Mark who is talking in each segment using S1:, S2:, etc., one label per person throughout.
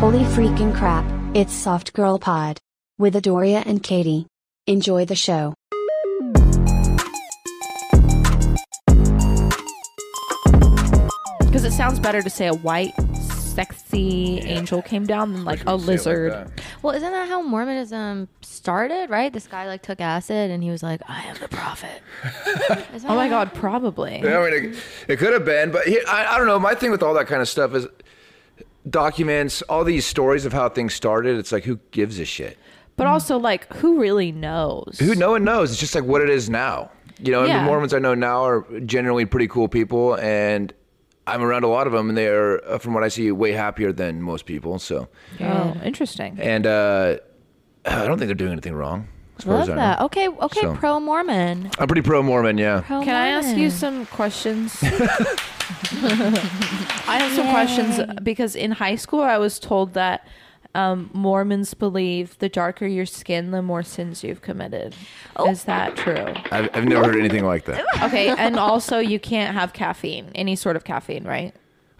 S1: Holy freaking crap, it's Soft Girl Pod. With Adoria and Katie. Enjoy the show.
S2: Because it sounds better to say a white, sexy angel came down than like a lizard.
S3: Well, isn't that how Mormonism started, right? This guy like took acid and he was like, "I am the prophet."
S2: oh my god, probably.
S4: Yeah, I mean, it, it could have been, but he, I, I don't know. My thing with all that kind of stuff is documents, all these stories of how things started. It's like, who gives a shit?
S2: But also, like, who really knows?
S4: Who no one knows. It's just like what it is now. You know, and
S2: Yeah.
S4: the Mormons I know now are generally pretty cool people, and I'm around a lot of them, and they are, uh, from what I see, way happier than most people. So,
S2: Oh, interesting.
S4: and uh, I don't think they're doing anything wrong. As far
S3: Love
S4: as I know.
S3: that. Okay, okay,
S4: So-
S3: pro Mormon.
S4: I'm pretty pro Mormon. Yeah.
S2: Can I ask you some questions? I have some questions because in high school I was told that um, Mormons believe the darker your skin, the more sins you've committed. Is that true?
S4: I've, I've never heard anything like that.
S2: Okay, and also you can't have caffeine, any sort of caffeine, right?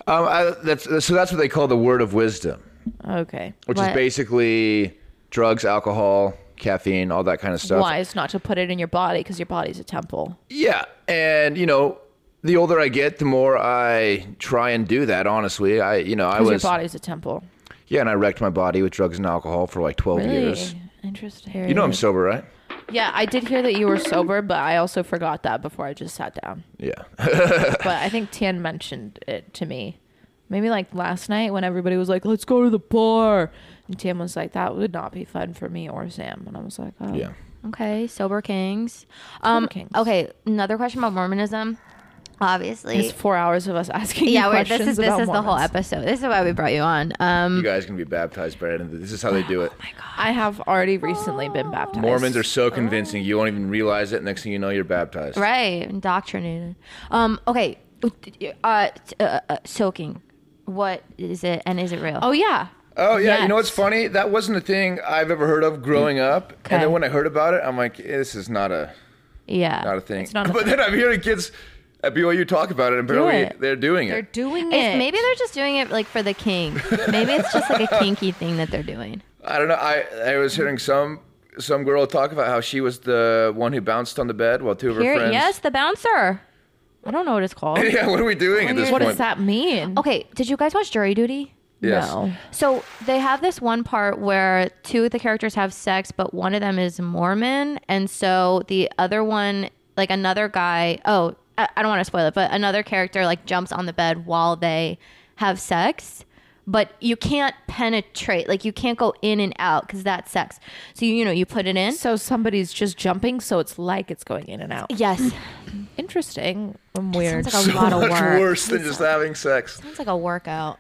S4: Um, I, that's so. That's what they call the word of wisdom.
S2: Okay.
S4: which is
S3: What?
S4: basically drugs, alcohol, caffeine, all that kind of stuff.
S2: Wise not to put it in your body because your body's a temple.
S4: Yeah, and you know, the older I get, the more I try and do that. Honestly, I you know I
S2: Because your
S4: was
S2: body's a temple.
S4: yeah, and I wrecked my body with drugs and alcohol for like twelve years.
S2: Really interesting.
S4: You know I'm sober, right?
S2: Yeah, I did hear that you were sober, but I also forgot that before I just sat down.
S4: Yeah,
S2: But I think Tian mentioned it to me. Maybe like last night when everybody was like, let's go to the bar. And Tian was like, that would not be fun for me or Sam. And I was like, oh.
S4: yeah.
S3: Okay, sober kings. Um,
S2: kings.
S3: Okay, another question about Mormonism. Obviously,
S2: It's four hours of us asking
S3: yeah.
S2: you
S3: Wait,
S2: questions
S3: this is this
S2: about
S3: is the whole
S2: Mormons.
S3: episode. This is why we brought you on. Um,
S4: You guys can be baptized, Brandon. This is how they do it.
S2: Oh I have already recently been baptized.
S4: Mormons are so convincing, you won't even realize it. Next thing you know, you're baptized.
S3: right, indoctrinated. Um, okay, uh, t- uh, uh, soaking. What is it, and is it real?
S2: Oh, yeah.
S4: Oh yeah, you know what's
S2: Yes.
S4: funny? That wasn't a thing I've ever heard of growing up.
S3: Okay.
S4: And then when I heard about it, I'm like, "Eh, this is not a
S3: yeah.
S4: not a thing.
S2: It's not a
S4: but
S2: thing.
S4: then I'm hearing kids at BYU talk about it, and apparently
S2: it.
S4: they're doing
S2: They're
S4: it.
S2: doing
S3: It's-
S2: it.
S3: maybe they're just doing it like for the king. Maybe it's just like a kinky thing that they're doing.
S4: I don't know. I I was hearing some some girl talk about how she was the one who bounced on the bed while two of her
S3: Here,
S4: friends.
S3: yes, the bouncer. I don't know what it's called.
S4: Yeah, what are we doing at this
S2: What
S4: point?
S2: does that mean?
S3: Okay, did you guys watch Jury Duty?
S4: Yes.
S2: Oh, No.
S3: So they have this one part where two of the characters have sex, but one of them is Mormon, and so the other one, like another guy, oh, I, I don't want to spoil it, but another character like jumps on the bed while they have sex, but you can't penetrate, like you can't go in and out because that's sex. So you, you know you put it in.
S2: So somebody's just jumping, so it's like it's going in and out.
S3: Yes,
S2: Interesting and weird.
S3: sounds like a lot of
S4: Much
S3: work.
S4: worse than just having sex.
S3: Sounds like a workout.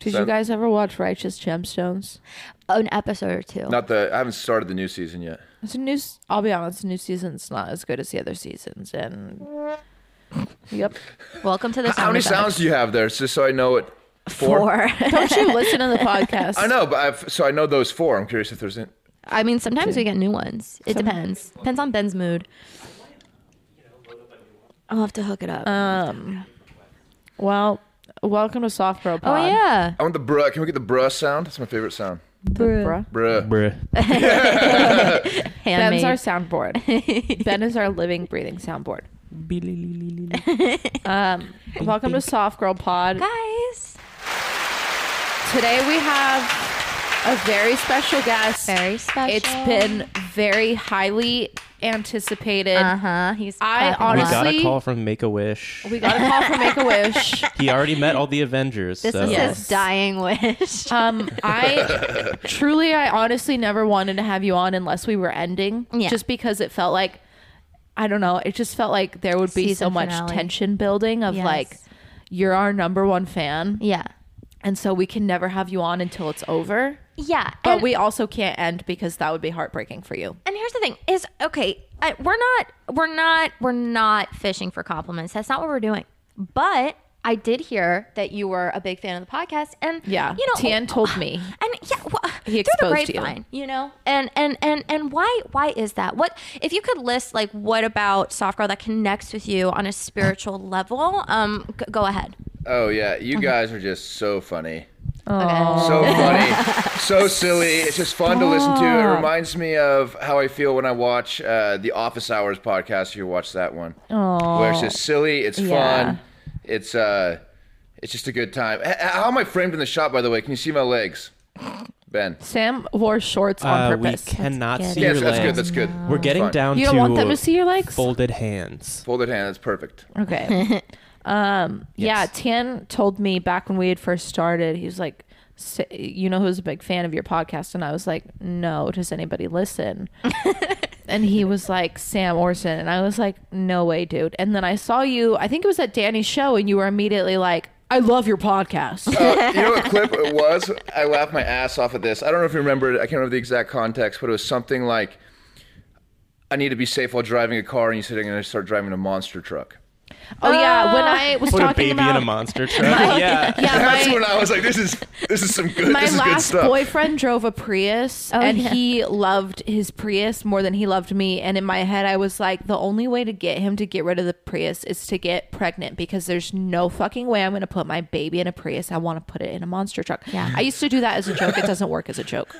S2: Did you guys ever watch Righteous Gemstones?
S3: An episode or two.
S4: Not the. I haven't started the new season yet.
S2: It's a new. s- I'll be honest. The new season's not as good as the other seasons, and yep.
S3: Welcome to the.
S4: How many
S3: sound effects.
S4: sounds do you have there? Just so I know it. Four.
S2: Don't you listen to the podcast?
S4: I know, but I've, so I know those four. I'm curious if there's. An,
S3: I mean, sometimes we get new ones. It depends. Depends on Ben's mood. I'll have to hook it up.
S2: Um, Well, welcome to Soft Pro
S3: oh
S2: Pod.
S3: yeah.
S4: I want the bruh. Can we get the bruh sound? That's my favorite sound.
S2: bruh.
S4: Bruh.
S5: Bruh.
S2: Ben's
S3: Handmade.
S2: our soundboard. ben is our living, breathing soundboard. Um, welcome to Soft Girl Pod.
S3: guys.
S2: Today we have a very special guest.
S3: Very special.
S2: It's been very highly anticipated.
S3: Uh huh. He's.
S2: I
S3: clapping along.
S5: we got
S2: honestly-
S5: a call from Make a Wish.
S2: We got a call from Make a Wish.
S5: He already met all the Avengers.
S3: This
S5: so.
S3: is
S2: Yes.
S3: his dying wish.
S2: Um, I truly, I honestly never wanted to have you on unless we were ending.
S3: Yeah.
S2: Just because it felt like, I don't know, it just felt like there would be so
S3: Season
S2: much
S3: finale.
S2: tension building of
S3: Yes.
S2: like, you're our number one fan,
S3: yeah.
S2: and so we can never have you on until it's over.
S3: Yeah.
S2: But
S3: and-
S2: we also can't end because that would be heartbreaking for you.
S3: and here's the thing is okay I, we're not we're not we're not fishing for compliments that's not what we're doing but i did hear that you were a big fan of the podcast and
S2: Yeah.
S3: you know
S2: Tian told me.
S3: and yeah well,
S2: He
S3: through
S2: exposed
S3: the
S2: you.
S3: grapevine you. know and and and and why why is that what if you could list like what about soft girl that connects with you on a spiritual level um g- go ahead
S2: Uh-huh.
S4: Oh yeah, you guys are just so funny.
S3: Okay.
S4: So funny, so silly. It's just fun to listen to. It reminds me of how I feel when I watch uh, the Office Hours podcast. If you watch that one,
S2: Aw.
S4: where it's just silly, it's
S2: Yeah.
S4: fun, it's uh, it's just a good time. H- how am I framed in the shot? By the way, can you see my legs, Ben?
S2: Sam wore shorts on
S5: Uh, we
S2: purpose.
S5: cannot
S3: That's
S5: see
S3: good.
S5: your
S4: Yes, that's good.
S5: legs.
S4: That's good.
S5: We're getting
S4: Fine.
S5: down
S2: You
S5: to
S2: don't want them to see your legs?
S5: folded hands.
S4: Folded hand. That's perfect.
S2: Okay. um, Yeah,
S5: Yes.
S2: Tan told me back when we had first started, he was like, "S- you know who's a big fan of your podcast? And I was like, no, does anybody listen? and he was like, Sam Orson. And I was like, no way, dude. And then I saw you, I think it was at Danny's show, and you were immediately like, I love your podcast.
S4: Uh, you know what clip it was? I laughed my ass off at this. I don't know if you remember it. I can't remember the exact context, but it was something like, "I need to be safe while driving a car," and you said, "I'm going to start driving a monster truck."
S2: oh, yeah. When I was
S5: Put a
S2: talking
S5: baby
S2: about.
S5: in a monster truck. yeah.
S2: Yeah,
S4: That's
S2: my-
S4: when I was like, "This is this is some good.
S2: my
S4: This is good
S2: last
S4: stuff."
S2: boyfriend drove a Prius
S3: Oh,
S2: and
S3: yeah.
S2: he loved his Prius more than he loved me. And in my head, I was like, the only way to get him to get rid of the Prius is to get pregnant because there's no fucking way I'm going to put my baby in a Prius. I want to put it in a monster truck.
S3: Yeah.
S2: I used to do that as a joke. It doesn't work as a joke.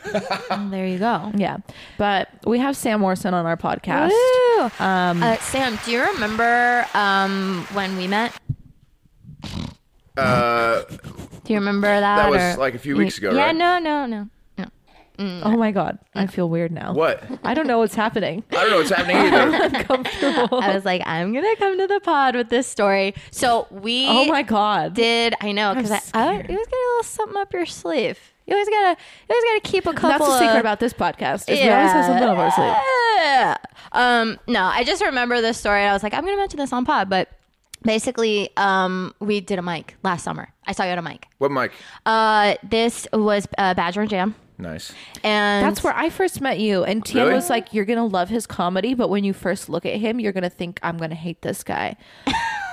S3: there you go.
S2: Yeah. But we have Sam Morrison on our podcast.
S3: Woo.
S2: Um,
S3: uh, Sam, do you remember um, when we met?
S4: Uh,
S3: Do you remember that?
S4: That was,
S3: or-
S4: like, a few weeks ago,
S3: Yeah,
S4: right?
S3: no, no, no, no.
S2: Oh my God. I feel weird now.
S4: what?
S2: I don't know what's happening.
S4: I don't know what's happening either.
S2: Uncomfortable.
S3: I was like, I'm gonna come to the pod with this story. So we.
S2: oh my God.
S3: Did I know? Because I, I was- you always got a little something up your sleeve. You always gotta, you always gotta keep a
S2: That's
S3: couple.
S2: the secret
S3: of,
S2: about this podcast. Is We always have something up our sleeve.
S3: Yeah. Um, no, I just remember this story. and I was like, I'm going to mention this on pod, but basically, um, we did a mic last summer. I saw you at a mic.
S4: What, Mike?
S3: Uh, this was uh, Badger and Jam,
S4: Nice.
S3: and
S2: That's where I first met you. And Tia
S4: Really?
S2: was like, You're going to love his comedy, but when you first look at him, you're going to think, I'm going to hate this guy.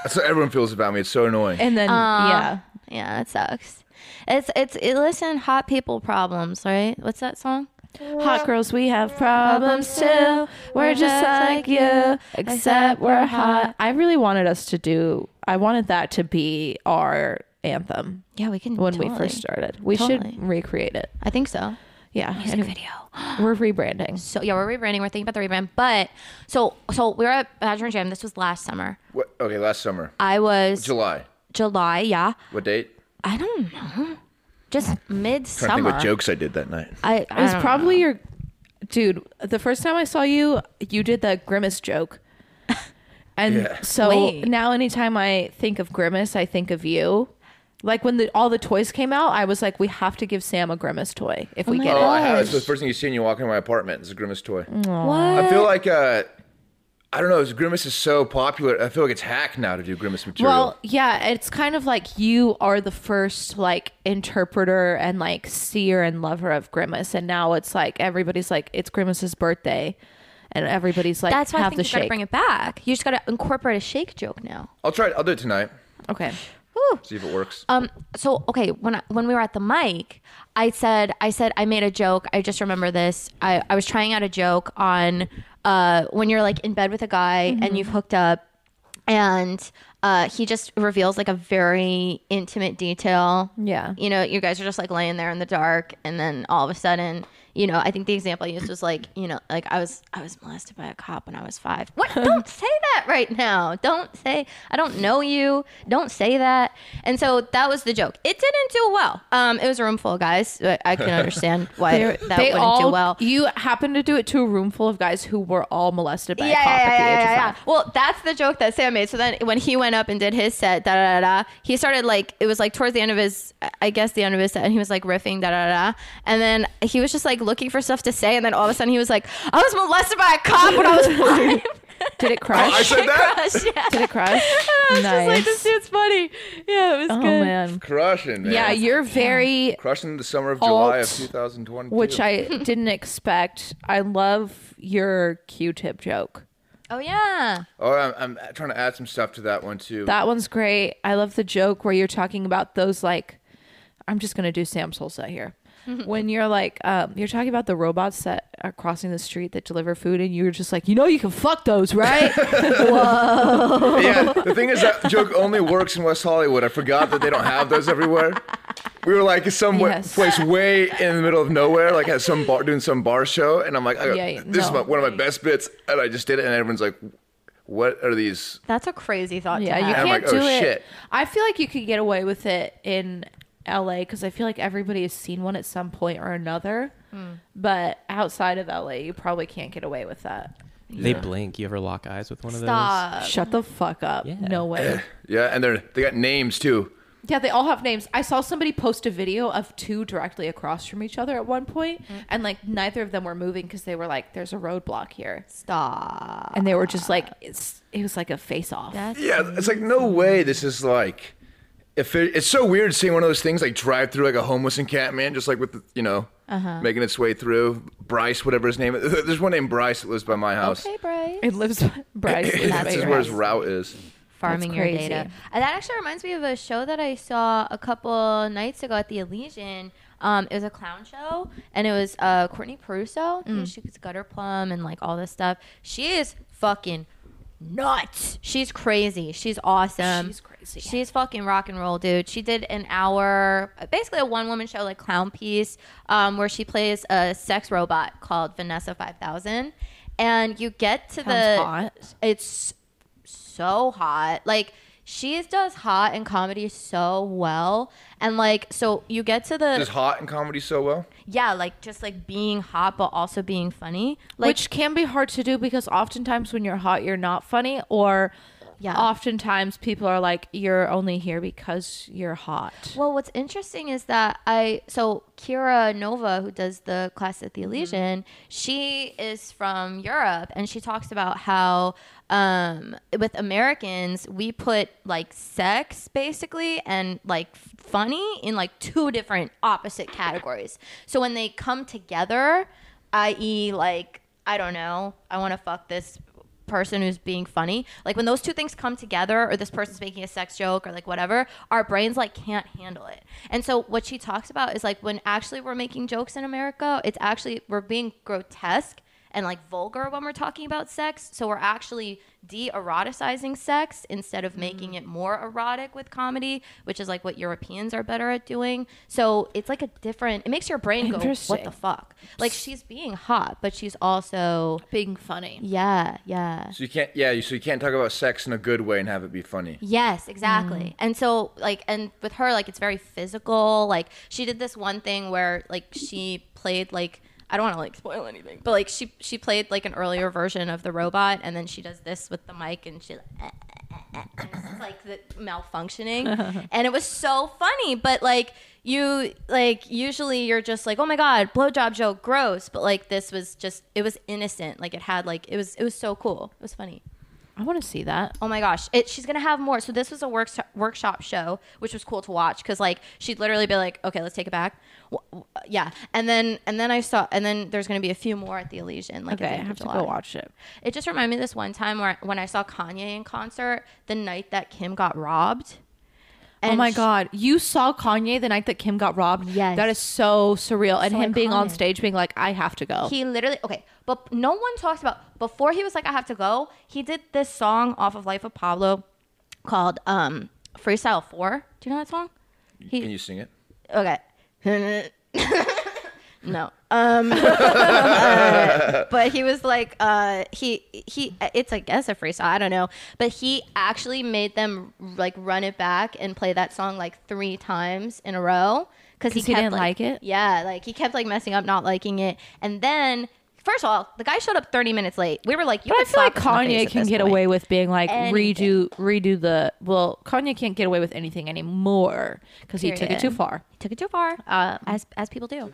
S4: That's what everyone feels about me. It's so annoying.
S2: And then, yeah.
S3: yeah, it sucks. It's it's it, listen, hot people problems, right? What's that song?
S2: Hot girls, we have problems too. We're just like you, except we're hot. I really wanted us to do, I wanted that to be our anthem
S3: Yeah, we can
S2: when we
S3: totally.
S2: first started. We
S3: Totally.
S2: should recreate it.
S3: I think so.
S2: Yeah.
S3: Music video.
S2: We're rebranding.
S3: So yeah, we're rebranding. We're thinking about the rebrand, but so so we were at Badger and Jam. This was last summer.
S4: what, okay, last summer,
S3: I was
S4: July.
S3: July, yeah.
S4: What date?
S3: I don't know. Just
S4: trying to think
S3: midsummer.
S4: what jokes I did that night.
S3: I,
S2: It
S3: I
S2: was
S3: don't know.
S2: probably your dude. The first time I saw you, you did the grimace joke, and
S4: Yeah.
S2: so
S3: Wait.
S2: now anytime I think of grimace, I think of you. Like when the, all the toys came out, I was like, we have to give Sam a grimace toy if we
S3: my
S2: get
S4: Oh,
S2: it.
S4: I have. It's the first thing you see when you walk into my apartment. It's a grimace toy.
S3: what?
S4: I feel like uh, I don't know. Is Grimace is so popular. I feel like it's hack now to do Grimace material.
S2: Well, yeah, it's kind of like you are the first like interpreter and like seer and lover of grimace, and now it's like everybody's like it's grimace's birthday, and everybody's like
S3: That's why
S2: have
S3: I
S2: the
S3: think you gotta
S2: shake.
S3: bring it back. You just gotta incorporate a shake joke now.
S4: I'll try it. I'll do it tonight.
S2: okay,
S3: Whew.
S4: See if it works.
S2: Oh,
S3: Um. So okay, when I, when we were at the mic, I said I said I made a joke. I just remember this. I I was trying out a joke on uh when you're like in bed with a guy
S2: Mm-hmm.
S3: and you've hooked up, and uh he just reveals like a very intimate detail.
S2: Yeah.
S3: You know, you guys are just like laying there in the dark, and then all of a sudden. You know, I think the example I used was like, you know, like I was I was molested by a cop when I was five. What? Don't say that right now. Don't say I don't know you. Don't say that. And so that was the joke. It didn't do well. Um, it was a room full of guys. I I can understand why
S2: They-
S3: that
S2: they
S3: wouldn't
S2: all,
S3: do well.
S2: You happen to do it to a room full of guys who were all molested by
S3: yeah,
S2: a cop
S3: yeah,
S2: at the
S3: yeah,
S2: age
S3: yeah,
S2: of
S3: yeah.
S2: five.
S3: Well, that's the joke that Sam made. So then when he went up and did his set, da da da, da, he started like it was like towards the end of his, I guess the end of his set, and he was like riffing da da da, da. and then he was just like looking for stuff to say, and then all of a sudden he was like, I was molested by a cop when I was five.
S2: Did it crush?
S4: I said that.
S3: Crush, yeah.
S2: Did it crush?
S3: I was just like,
S2: Nice.
S3: this dude's funny. Yeah, it was
S2: oh
S3: good.
S2: man.
S4: Crushing, man.
S2: Yeah, you're very,
S4: crushing the summer of July of
S2: Alt,
S4: 2020.
S2: which I didn't expect. I love your Q-tip joke.
S3: Oh yeah.
S4: oh, I'm, I'm trying to add some stuff to that one too.
S2: That one's great. I love the joke where you're talking about those like I'm just gonna do Sam's whole set here. when you're like um, you're talking about the robots that are crossing the street that deliver food and you're just like, you know you can fuck those, right?
S4: yeah, the thing is that joke only works in West Hollywood. I forgot that they don't have those everywhere. we were like some wa-
S2: Yes.
S4: place way in the middle of nowhere, like at some bar doing some bar show, and I'm like, I go,
S2: Yeah, yeah,
S4: this is
S2: no.
S4: my, one of my best bits, and I just did it, and everyone's like, what are these?
S3: That's a crazy thought.
S2: Yeah,
S3: to
S2: you
S3: have.
S4: I'm
S2: can't
S4: like,
S2: do
S4: oh,
S2: it.
S4: shit.
S2: I feel like you could get away with it in LA because I feel like everybody has seen one at some point or another. But outside of LA, you probably can't get away with that.
S5: They blink. You ever lock eyes with one of those?
S3: Stop.
S2: Shut the fuck up.
S5: Yeah.
S2: No way.
S4: Yeah, and they're they got names too.
S2: Yeah, they all have names. I saw somebody post a video of two directly across from each other at one point, and like neither of them were moving because they were like, "There's a roadblock here,"
S3: Stop.
S2: and they were just like, it's, "It was like a face off."
S3: That's
S4: Yeah, it's like no way. This is like, if it, it's so weird seeing one of those things like drive through like a homeless encampment, just like with the, you know,
S2: Uh-huh.
S4: making its way through. Bryce, whatever his name is. There's one named Bryce that lives by my house.
S3: okay, Bryce.
S2: It lives Bryce. lives by
S4: this is
S2: your
S4: where his
S2: house.
S4: route is.
S3: farming your
S2: crazy.
S3: data. Uh, that actually reminds me of a show that I saw a couple nights ago at the Elysian. Um, it was a clown show, and it was uh, Courtney Peruso. You
S2: Mm.
S3: know, She was gutter plum and like all this stuff. She is fucking nuts. She's crazy. She's awesome.
S2: She's crazy.
S3: She's fucking rock and roll, dude. She did an hour, basically a one woman show, like clown piece, um, where she plays a sex robot called Vanessa Five Thousand, and you get to
S2: Sounds
S3: the
S2: hot.
S3: it's so hot. Like she does hot and comedy so well. And like so you get to the
S4: Is hot in comedy so well?
S3: yeah, like just like being hot but also being funny. Like
S2: Which can be hard to do because oftentimes when you're hot, you're not funny, or
S3: Yeah.
S2: oftentimes people are like, "You're only here because you're hot."
S3: well, what's interesting is that I so Kira Nova, who does the class at the Elysian, she is from Europe, and she talks about how um, with Americans we put like sex basically and like f- funny in like two different opposite categories. So when they come together, i.e., like I don't know, I want to fuck this person who's being funny. Like when those two things come together, or this person's making a sex joke, or like whatever, our brains like can't handle it. And so what she talks about is like when actually we're making jokes in America, it's actually we're being grotesque and like vulgar when we're talking about sex. So we're actually de-eroticizing sex instead of making it more erotic with comedy, which is like what Europeans are better at doing. So it's like a different. It makes your brain go, "What
S2: Interesting.
S3: the fuck?" Like she's being hot, but she's also
S2: Being funny.
S3: yeah, yeah.
S4: So you can't, yeah. You, so you can't talk about sex in a good way and have it be funny.
S3: Yes, exactly. And so like and with her like it's very physical. Like she did this one thing where like she played like I don't want to like spoil anything, but like she she played like an earlier version of the robot and then she does this with the mic and she like, eh, eh, eh, eh, and it's, like the malfunctioning. and it was so funny, but like you like usually you're just like, "Oh my god, blowjob joke, gross." But like this was just it was innocent. Like it had like it was it was so cool. It was funny.
S2: I want to see that.
S3: Oh my gosh, it, she's gonna have more. So this was a works workshop show, which was cool to watch because like she'd literally be like, "Okay, let's take it back," Wh- wh- yeah. And then and then I saw, and then there's gonna be a few more at the Elysian. Like at the
S2: Okay, I
S3: end of
S2: have to
S3: July.
S2: go watch it. Oh
S3: It just reminded me this one time where when I saw Kanye in concert the night that Kim got robbed.
S2: oh my
S3: she-
S2: god, you saw Kanye the night that Kim got robbed.
S3: Yes.
S2: that is so surreal. and
S3: So
S2: him being on
S3: iconic.
S2: stage, being like, "I have to go."
S3: He literally okay, but no one talks about before he was like I have to go. He did this song off of Life of Pablo called um Freestyle 4. Do you know that song? He,
S4: Can you sing it?
S3: Okay. no. Um uh, but he was like uh he he it's I guess a freestyle, I don't know. But he actually made them like run it back and play that song like 3 times in a row cuz he,
S2: 'Cause he
S3: kept
S2: didn't like it?
S3: Yeah, like he kept like messing up not liking it. And then First of all, the guy showed up 30 minutes late. We were like, you
S2: but I
S3: could
S2: feel like
S3: slap him in the face
S2: Kanye
S3: at
S2: can
S3: this
S2: get
S3: point.
S2: away with being like
S3: Anything.
S2: redo redo the well. Kanye can't get away with anything anymore because he took it
S3: Period.
S2: too far.
S3: Took it too far, uh, as as people do.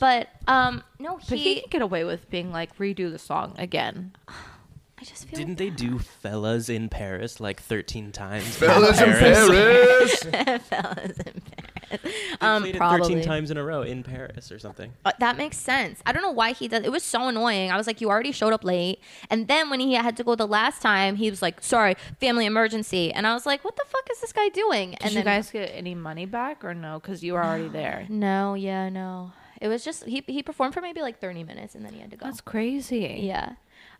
S3: But um, no, he,
S2: But he, can get away with being like redo the song again.
S3: I just feel
S5: Didn't they do fellas in Paris like 13 times?
S4: Fellas in Paris.
S5: Um,
S3: probably.
S5: 13 times in a row in Paris or something.
S3: Uh, that makes sense. I don't know why he does. It was so annoying. I was like, you already showed up late. And then when he had to go the last time, he was like, sorry, family emergency. And I was like, what the fuck is this guy doing?
S2: Did
S3: and
S2: you guys get any money back or no? Because you were already there.
S3: no, yeah, no. It was just he he performed for maybe like thirty minutes and then he had to go.
S2: That's crazy.
S3: Yeah.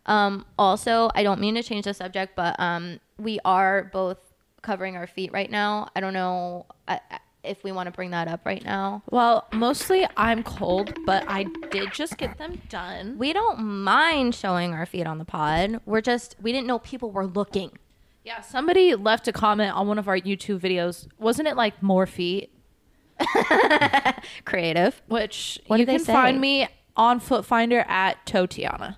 S3: Um, also, I don't mean to change the subject, but um, we are both covering our feet right now. I don't know. I, I, if we want to bring that up right now.
S2: Well, mostly I'm cold, but I did just get them done.
S3: We don't mind showing our feet on the pod. We're just we didn't know people were looking.
S2: Yeah, somebody left a comment on one of our YouTube videos. Wasn't it like more feet?
S3: Creative.
S2: Which
S3: What
S2: you
S3: did they
S2: can
S3: say?
S2: find me on Foot Finder at Totiana.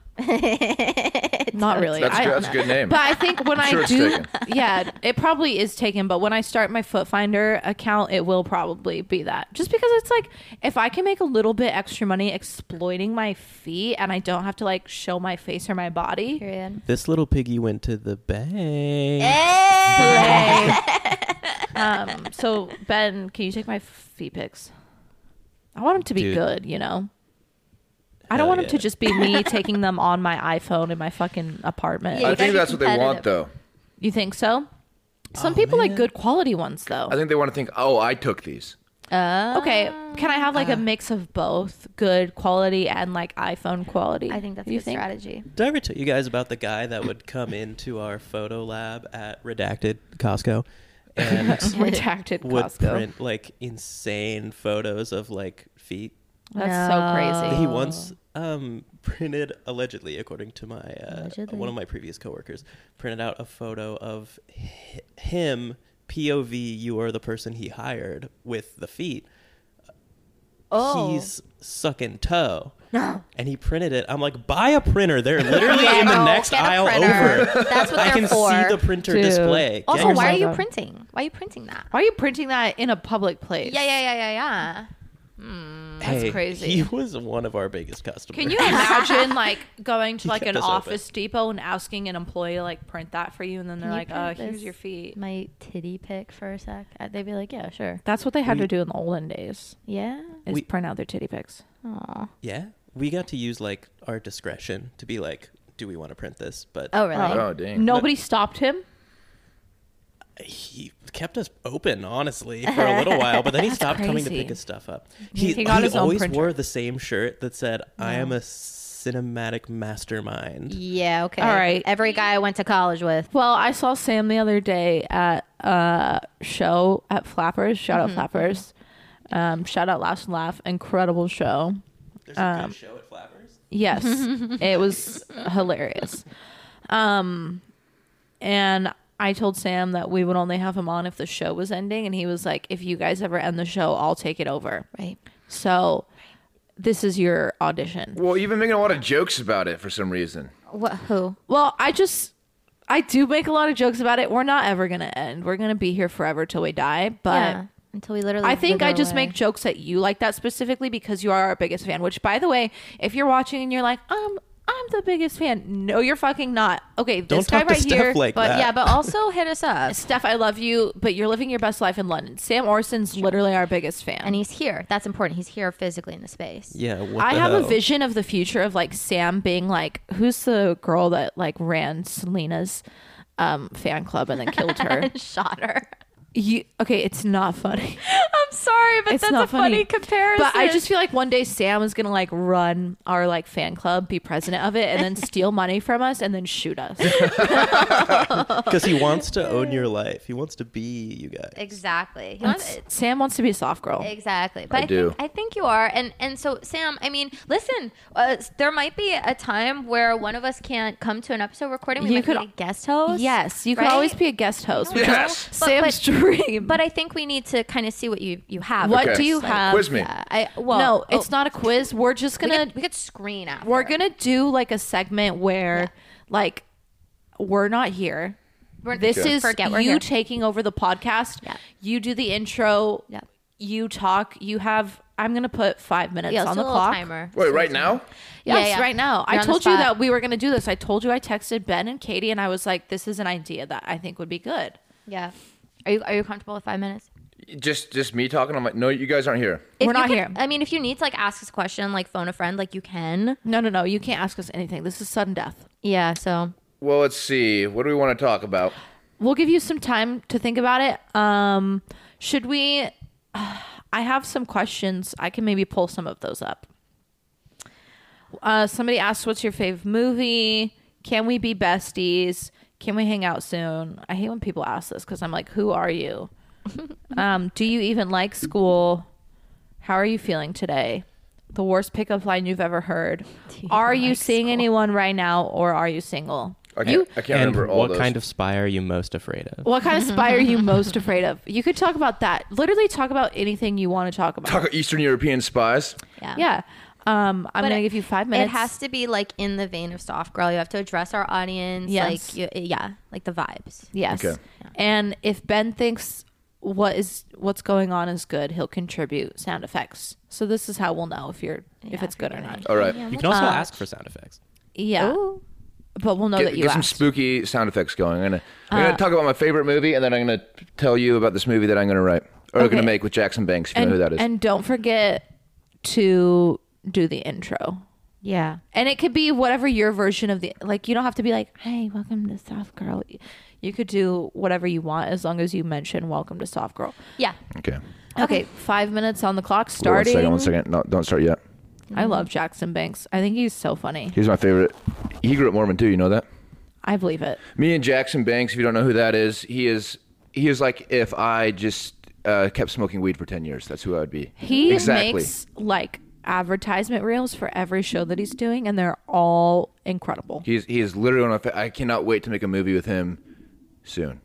S2: Not really.
S4: That's,
S2: I
S4: good,
S2: don't
S4: that's a
S2: know.
S4: good name.
S2: But I think when
S4: sure
S2: I
S4: it's
S2: do,
S4: taken.
S2: yeah, it probably is taken. But when I start my Foot Finder account, it will probably be that. Just because it's like, if I can make a little bit extra money exploiting my feet, and I don't have to like show my face or my body,
S3: Period.
S5: This little piggy went to the bank.
S2: um, so Ben, can you take my feet pics? I want them to be
S5: Dude.
S2: good, you know. I don't
S5: Hell
S2: want them to
S5: yeah.
S2: just be me taking them on my iPhone in my fucking apartment.
S3: Yeah,
S4: I
S3: you gotta
S4: think
S3: be
S4: that's what they want,
S3: competitive.
S4: though.
S2: You think so? Some people like good quality ones though.
S4: Oh, I think they want to think, oh, I took these.
S2: Okay, can I have like
S3: Uh.
S2: a mix of both good quality and like iPhone quality?
S3: I think that's a
S2: You
S3: good strategy.
S5: Did I ever tell you guys about the guy that would come into our photo lab at Redacted Costco and
S2: Redacted
S5: would
S2: Costco.
S5: print like insane photos of like feet?
S2: That's so crazy.
S3: Oh.
S5: He once um, printed, allegedly, according to my uh, one of my previous coworkers, printed out a photo of hi- him POV. You are the person he hired with the feet.
S3: Oh.
S5: he's sucking toe. No. And he printed it. I'm like, buy a printer. They're literally in the
S3: no,
S5: next
S3: get a
S5: aisle
S3: printer.
S5: over.
S3: That's what
S5: I
S3: they're
S5: can
S3: for.
S5: see the printer
S2: Dude.
S5: display. Get
S3: Also,
S5: yourself-
S3: why are
S2: yourself
S3: you
S2: done.
S3: printing? Why are you printing that?
S2: Why are you printing that in a public place?
S3: Yeah, yeah, yeah, yeah, yeah.
S5: Hey,
S2: crazy.
S5: He was one of our biggest customers.
S2: Can you imagine like going to
S5: He
S2: like
S5: kept
S2: an
S5: us open.
S2: office depot and asking an employee to like print that for you, and then they're
S3: you
S2: like, "Uh,
S3: print
S2: here's
S3: this?
S2: your feet."
S3: My titty pic for a sec. Uh, They'd be like, yeah, sure.
S2: That's what they had to do in the olden days:
S3: Yeah.
S2: is
S5: We-
S2: print out their titty pics.
S3: Aw.
S5: Yeah, we got to use like our discretion to be like, do we want to print this? But
S3: Oh, really?
S4: Oh, dang.
S2: Nobody stopped him.
S5: he kept us open, honestly, for a little while. But then he stopped coming to
S2: crazy.
S5: pick his stuff up. He,
S2: He got
S5: he
S2: his own
S5: always
S2: printer.
S5: wore the same shirt that said, "I am a cinematic mastermind."
S3: Yeah, okay.
S2: All right.
S3: Every guy I went to college with.
S2: Well, I saw Sam the other day at a show at Flappers. Shout
S3: Mm-hmm.
S2: out Flappers. Um, shout out Last and Laugh. Incredible show.
S5: There's a
S2: um,
S5: good show at Flappers.
S2: Yes, it was hilarious. Um, and I told Sam that we would only have him on if the show was ending, and he was like, "If you guys ever end the show, I'll take it over."
S3: Right.
S2: So, this is your audition.
S4: Well, you've been making a lot of jokes about it for some reason.
S3: What? Who?
S2: Well, I just. I do make a lot of jokes about it. We're not ever going to end. We're going to be here forever till we die. But
S3: yeah. Until we literally.
S2: I think
S3: wither
S2: I just
S3: away.
S2: make jokes at you like that specifically because you are our biggest fan. Which, by the way, if you're watching and you're like, um, I'm the biggest fan. No, you're fucking not. Okay,
S5: Don't
S2: this guy
S5: talk to
S2: right
S5: Steph
S2: here.
S5: like
S3: But
S5: that.
S3: yeah, but also hit us up.
S2: Steph, I love you, but you're living your best life in London. Sam Orson's literally our biggest fan.
S3: And he's here. That's important. He's here physically in the space.
S5: yeah. What
S2: I
S5: the
S2: have a
S5: hell?
S2: vision of the future of like Sam being like, who's the girl that like ran Selena's um, fan club and then killed her?
S3: Shot her.
S2: you, okay, it's not funny.
S3: I'm sorry, but
S2: it's
S3: that's
S2: not
S3: a funny,
S2: funny
S3: comparison.
S2: But I just feel like one day Sam is gonna like run our like fan club, be president of it, and then steal money from us and then shoot us.
S5: because he wants to own your life. He wants to be you guys.
S3: exactly. You know,
S2: That's- Sam wants to be a soft girl.
S3: Exactly, but I,
S4: do.
S3: Think, I think you are, and and so Sam. I mean, listen. Uh, s- there might be a time where one of us can't come to an episode recording. We
S2: You
S3: might
S2: could-
S3: need a guest host.
S2: Yes, you could
S3: right?
S2: always be a guest host, which
S4: Yes.
S2: is
S3: But-
S2: Sam's
S3: but-
S2: dream.
S3: But I think we need to kind of see what you you have.
S2: what
S4: Okay.
S2: do you
S4: Like,
S2: have?
S4: quiz me.
S3: Uh, I well,
S2: no,
S3: oh,
S2: it's not a quiz. We're just
S3: We
S2: gonna
S3: could, we could screen after.
S2: we're gonna do like a segment where like we're not here.
S3: We're-
S2: This
S3: Okay.
S2: is
S3: Forget we're
S2: you
S3: here.
S2: taking over the podcast.
S3: Yeah.
S2: You do the intro.
S3: Yeah.
S2: You talk. You have. I'm gonna put five minutes
S3: yeah,
S2: on
S3: let's
S2: the
S3: do a little
S2: clock.
S3: timer.
S4: Wait, right now?
S2: Yes,
S3: yeah.
S2: right now. I
S3: You're on the
S2: told you
S3: spot.
S2: that we were gonna do this. I told you I texted Ben and Katie, and I was like, "This is an idea that I think would be good."
S3: Yeah. Are you are you comfortable with five minutes?
S4: Just just me talking? I'm like, no, you guys aren't here.
S3: If
S2: We're
S3: you
S2: not
S3: could-
S2: here.
S3: I mean, if you need to like ask us a question, like phone a friend, like you can.
S2: No, no, no. You can't ask us anything. This is sudden death.
S3: Yeah. So
S4: Well, let's see. What do we want to talk about?
S2: We'll give you some time to think about it. Um, should we? I have some questions. I can maybe pull some of those up. Uh, somebody asked, "What's your fave movie? Can we be besties? Can we hang out soon?" I hate when people ask this because I'm like, "Who are you?" Um, do you even like school? How are you feeling today? The worst pickup line you've ever heard.
S3: you
S2: Are you
S3: like
S2: seeing
S3: school?
S2: anyone right now or are you single?
S4: I can't,
S2: You-
S4: I can't
S5: And
S4: remember all
S5: what
S4: those.
S5: kind of spy are you most afraid of?
S2: What kind of
S3: Mm-hmm.
S2: spy are you most afraid of? You could talk about that. Literally talk about anything you want to talk about.
S4: Talk about Eastern European spies.
S3: Yeah.
S2: yeah. Um, I'm going
S3: But
S2: to
S3: it-
S2: give you five minutes.
S3: It has to be like in the vein of soft girl. You have to address our audience.
S2: Yes.
S3: Like, you, eh, yeah, like the vibes.
S2: Yes.
S4: Okay.
S2: And if Ben thinks what is what's going on is good, he'll contribute sound effects. So this is how we'll know if you're if
S3: Yeah,
S2: it's good or not.
S4: All right.
S5: You can also
S2: Uh,
S5: ask for sound effects.
S2: Yeah. But we'll know
S4: Get,
S2: that you Uh.
S4: get some
S2: asked.
S4: spooky sound effects going. I'm gonna, I'm gonna talk about my favorite movie, and then I'm gonna tell you about this movie that I'm gonna write or
S2: Okay.
S4: gonna make with Jackson Banks. If you
S2: and,
S4: know who that is.
S2: and don't forget to do the intro.
S3: Yeah.
S2: And it could be whatever your version of the like you don't have to be like, "Hey, welcome to Soft Girl." You could do whatever you want as long as you mention "Welcome to Soft Girl."
S3: Yeah.
S4: okay.
S2: Okay, 5 minutes on the clock
S4: Wait,
S2: starting.
S4: One second. One second. No, don't start yet.
S2: I love Jackson Banks. I think he's so funny.
S4: He's my favorite. He grew up Mormon too. You know that.
S2: I believe it.
S4: Me and Jackson Banks. If you don't know who that is, he is. He is like if I just uh, kept smoking weed for ten years. That's who I would be.
S2: He
S4: exactly.
S2: makes like advertisement reels for every show that he's doing, and they're all incredible.
S4: He's he is literally on. I cannot wait to make a movie with him soon.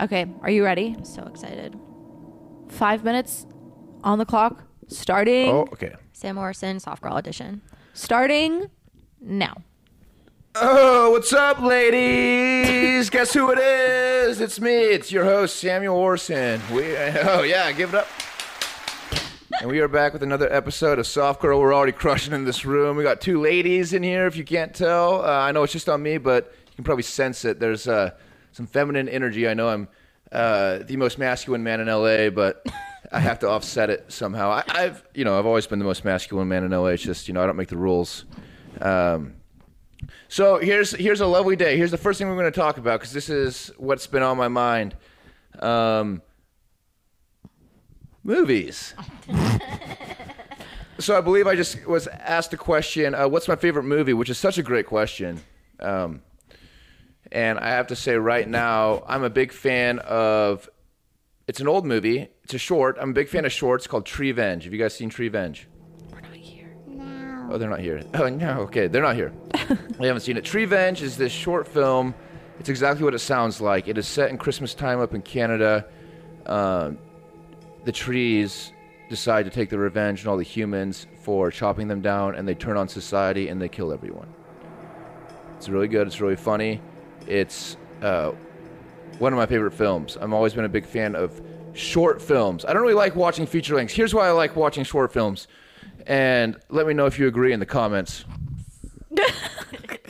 S2: Okay, are you ready?
S3: I'm so excited.
S2: Five minutes on the clock, starting,
S4: Oh, okay.
S3: Sam Morrison, soft girl audition.
S2: starting now.
S4: Oh, what's up, ladies? Guess who it is? It's me. It's your host, Samuel Orson. We oh yeah, give it up. And we are back with another episode of Soft Girl. We're already crushing in this room. We got two ladies in here. If you can't tell, uh, I know it's just on me, but you can probably sense it. There's uh, some feminine energy. I know I'm uh, the most masculine man in LA, but I have to offset it somehow. I, I've you know I've always been the most masculine man in LA. It's just you know I don't make the rules. Um, so here's here's a lovely day. Here's the first thing we're going to talk about because this is what's been on my mind. Um, movies. so I believe I just was asked a question. Uh, what's my favorite movie? Which is such a great question. Um, and I have to say, right now, I'm a big fan of. It's an old movie. It's a short. I'm a big fan of shorts called Tree Venge. Have you guys seen Tree Venge? Oh, they're not here. Oh no. Okay, they're not here. we haven't seen it. Treevenge is this short film. It's exactly what it sounds like. It is set in Christmas time up in Canada. Um, the trees decide to take their revenge on all the humans for chopping them down, and they turn on society and they kill everyone. It's really good. It's really funny. It's uh, one of my favorite films. I've always been a big fan of short films. I don't really like watching feature lengths. Here's why I like watching short films. And let me know if you agree in the comments.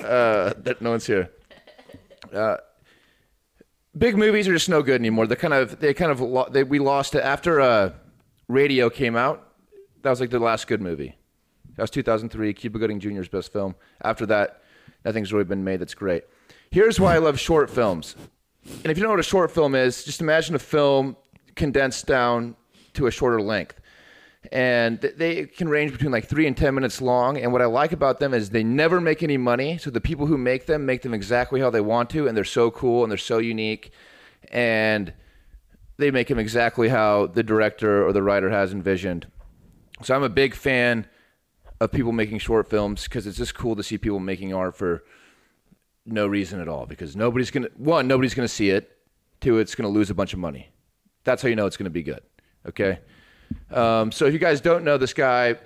S4: uh, that no one's here. Uh, big movies are just no good anymore. They kind of they kind of lo- they, we lost it after uh, Radio came out. That was like the last good movie. That was 2003, Cuba Gooding Jr.'s best film. After that, nothing's really been made that's great. Here's why I love short films. And if you don't know what a short film is, just imagine a film condensed down to a shorter length. And th- they can range between like three and 10 minutes long. And what I like about them is they never make any money. So the people who make them make them exactly how they want to. And they're so cool and they're so unique. And they make them exactly how the director or the writer has envisioned. So I'm a big fan of people making short films because it's just cool to see people making art for no reason at all because nobody's gonna one nobody's gonna see it two it's gonna lose a bunch of money that's how you know it's gonna be good okay um, so if you guys don't know this guy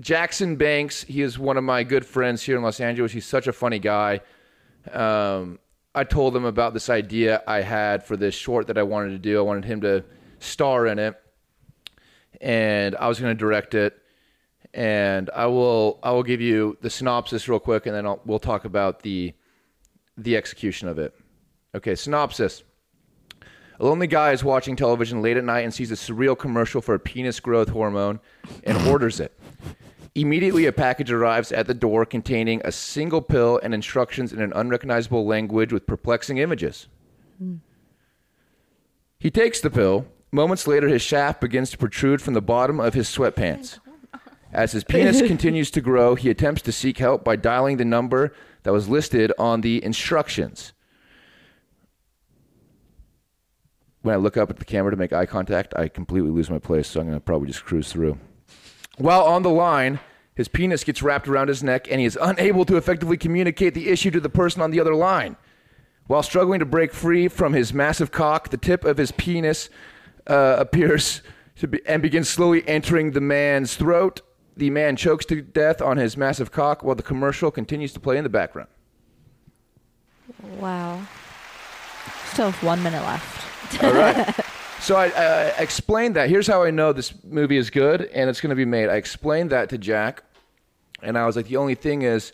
S4: jackson banks he is one of my good friends here in los angeles he's such a funny guy um, i told him about this idea i had for this short that i wanted to do i wanted him to star in it and i was gonna direct it and i will i will give you the synopsis real quick and then I'll, we'll talk about the the execution of it. Okay, synopsis. A lonely guy is watching television late at night and sees a surreal commercial for a penis growth hormone and orders it. Immediately, a package arrives at the door containing a single pill and instructions in an unrecognizable language with perplexing images. He takes the pill. Moments later, his shaft begins to protrude from the bottom of his sweatpants. As his penis continues to grow, he attempts to seek help by dialing the number that was listed on the instructions. when I look up at the camera to make eye contact, I completely lose my place. So I'm going to probably just cruise through. While on the line, his penis gets wrapped around his neck and he is unable to effectively communicate the issue to the person on the other line. While struggling to break free from his massive cock, the tip of his penis uh, appears to be, and begins slowly entering the man's throat. The man chokes to death on his massive cock while the commercial continues to play in the background.
S3: Wow.
S2: Still have one minute left.
S4: All right. So I, I explained that. Here's how I know this movie is good and it's going to be made. I explained that to Jack, and I was like, the only thing is,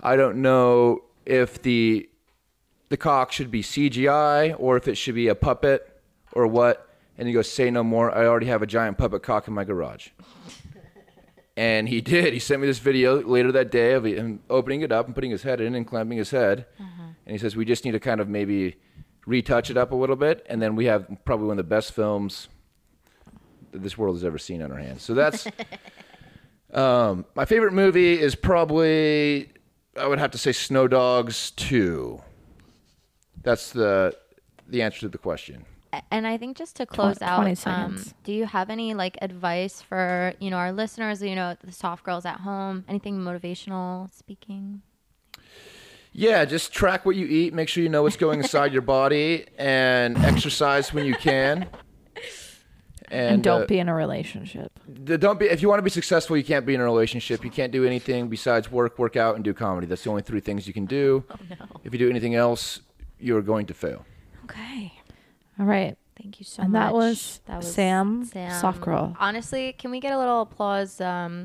S4: I don't know if the the cock should be CGI or if it should be a puppet or what. And he goes, say no more. I already have a giant puppet cock in my garage. And he did. He sent me this video later that day of him opening it up and putting his head in and clamping his head. And he says, We just need to kind of maybe retouch it up a little bit. And then we have probably one of the best films that this world has ever seen on our hands. So that's um, my favorite movie is probably, I would have to say, Snow Dogs 2. That's the the answer to the question.
S3: A- and I think just to close
S2: Twen- 20
S3: out, um,
S2: seconds.
S3: do you have any like advice for you know our listeners? You know the soft girls at home. Anything motivational speaking?
S4: Yeah, just track what you eat. Make sure you know what's going inside your body, and exercise when you can.
S2: And, don't
S4: uh,
S2: be in a relationship.
S4: the- don't be. If you want to be successful, you can't be in a relationship. You can't do anything besides work, work out, and do comedy. That's the only three things you can do. If you do anything else, you are going to fail.
S3: Okay.
S2: All right.
S3: Thank you so
S2: And
S3: much.
S2: that was Sam, soft girl.
S3: Honestly, can we get a little applause? Um,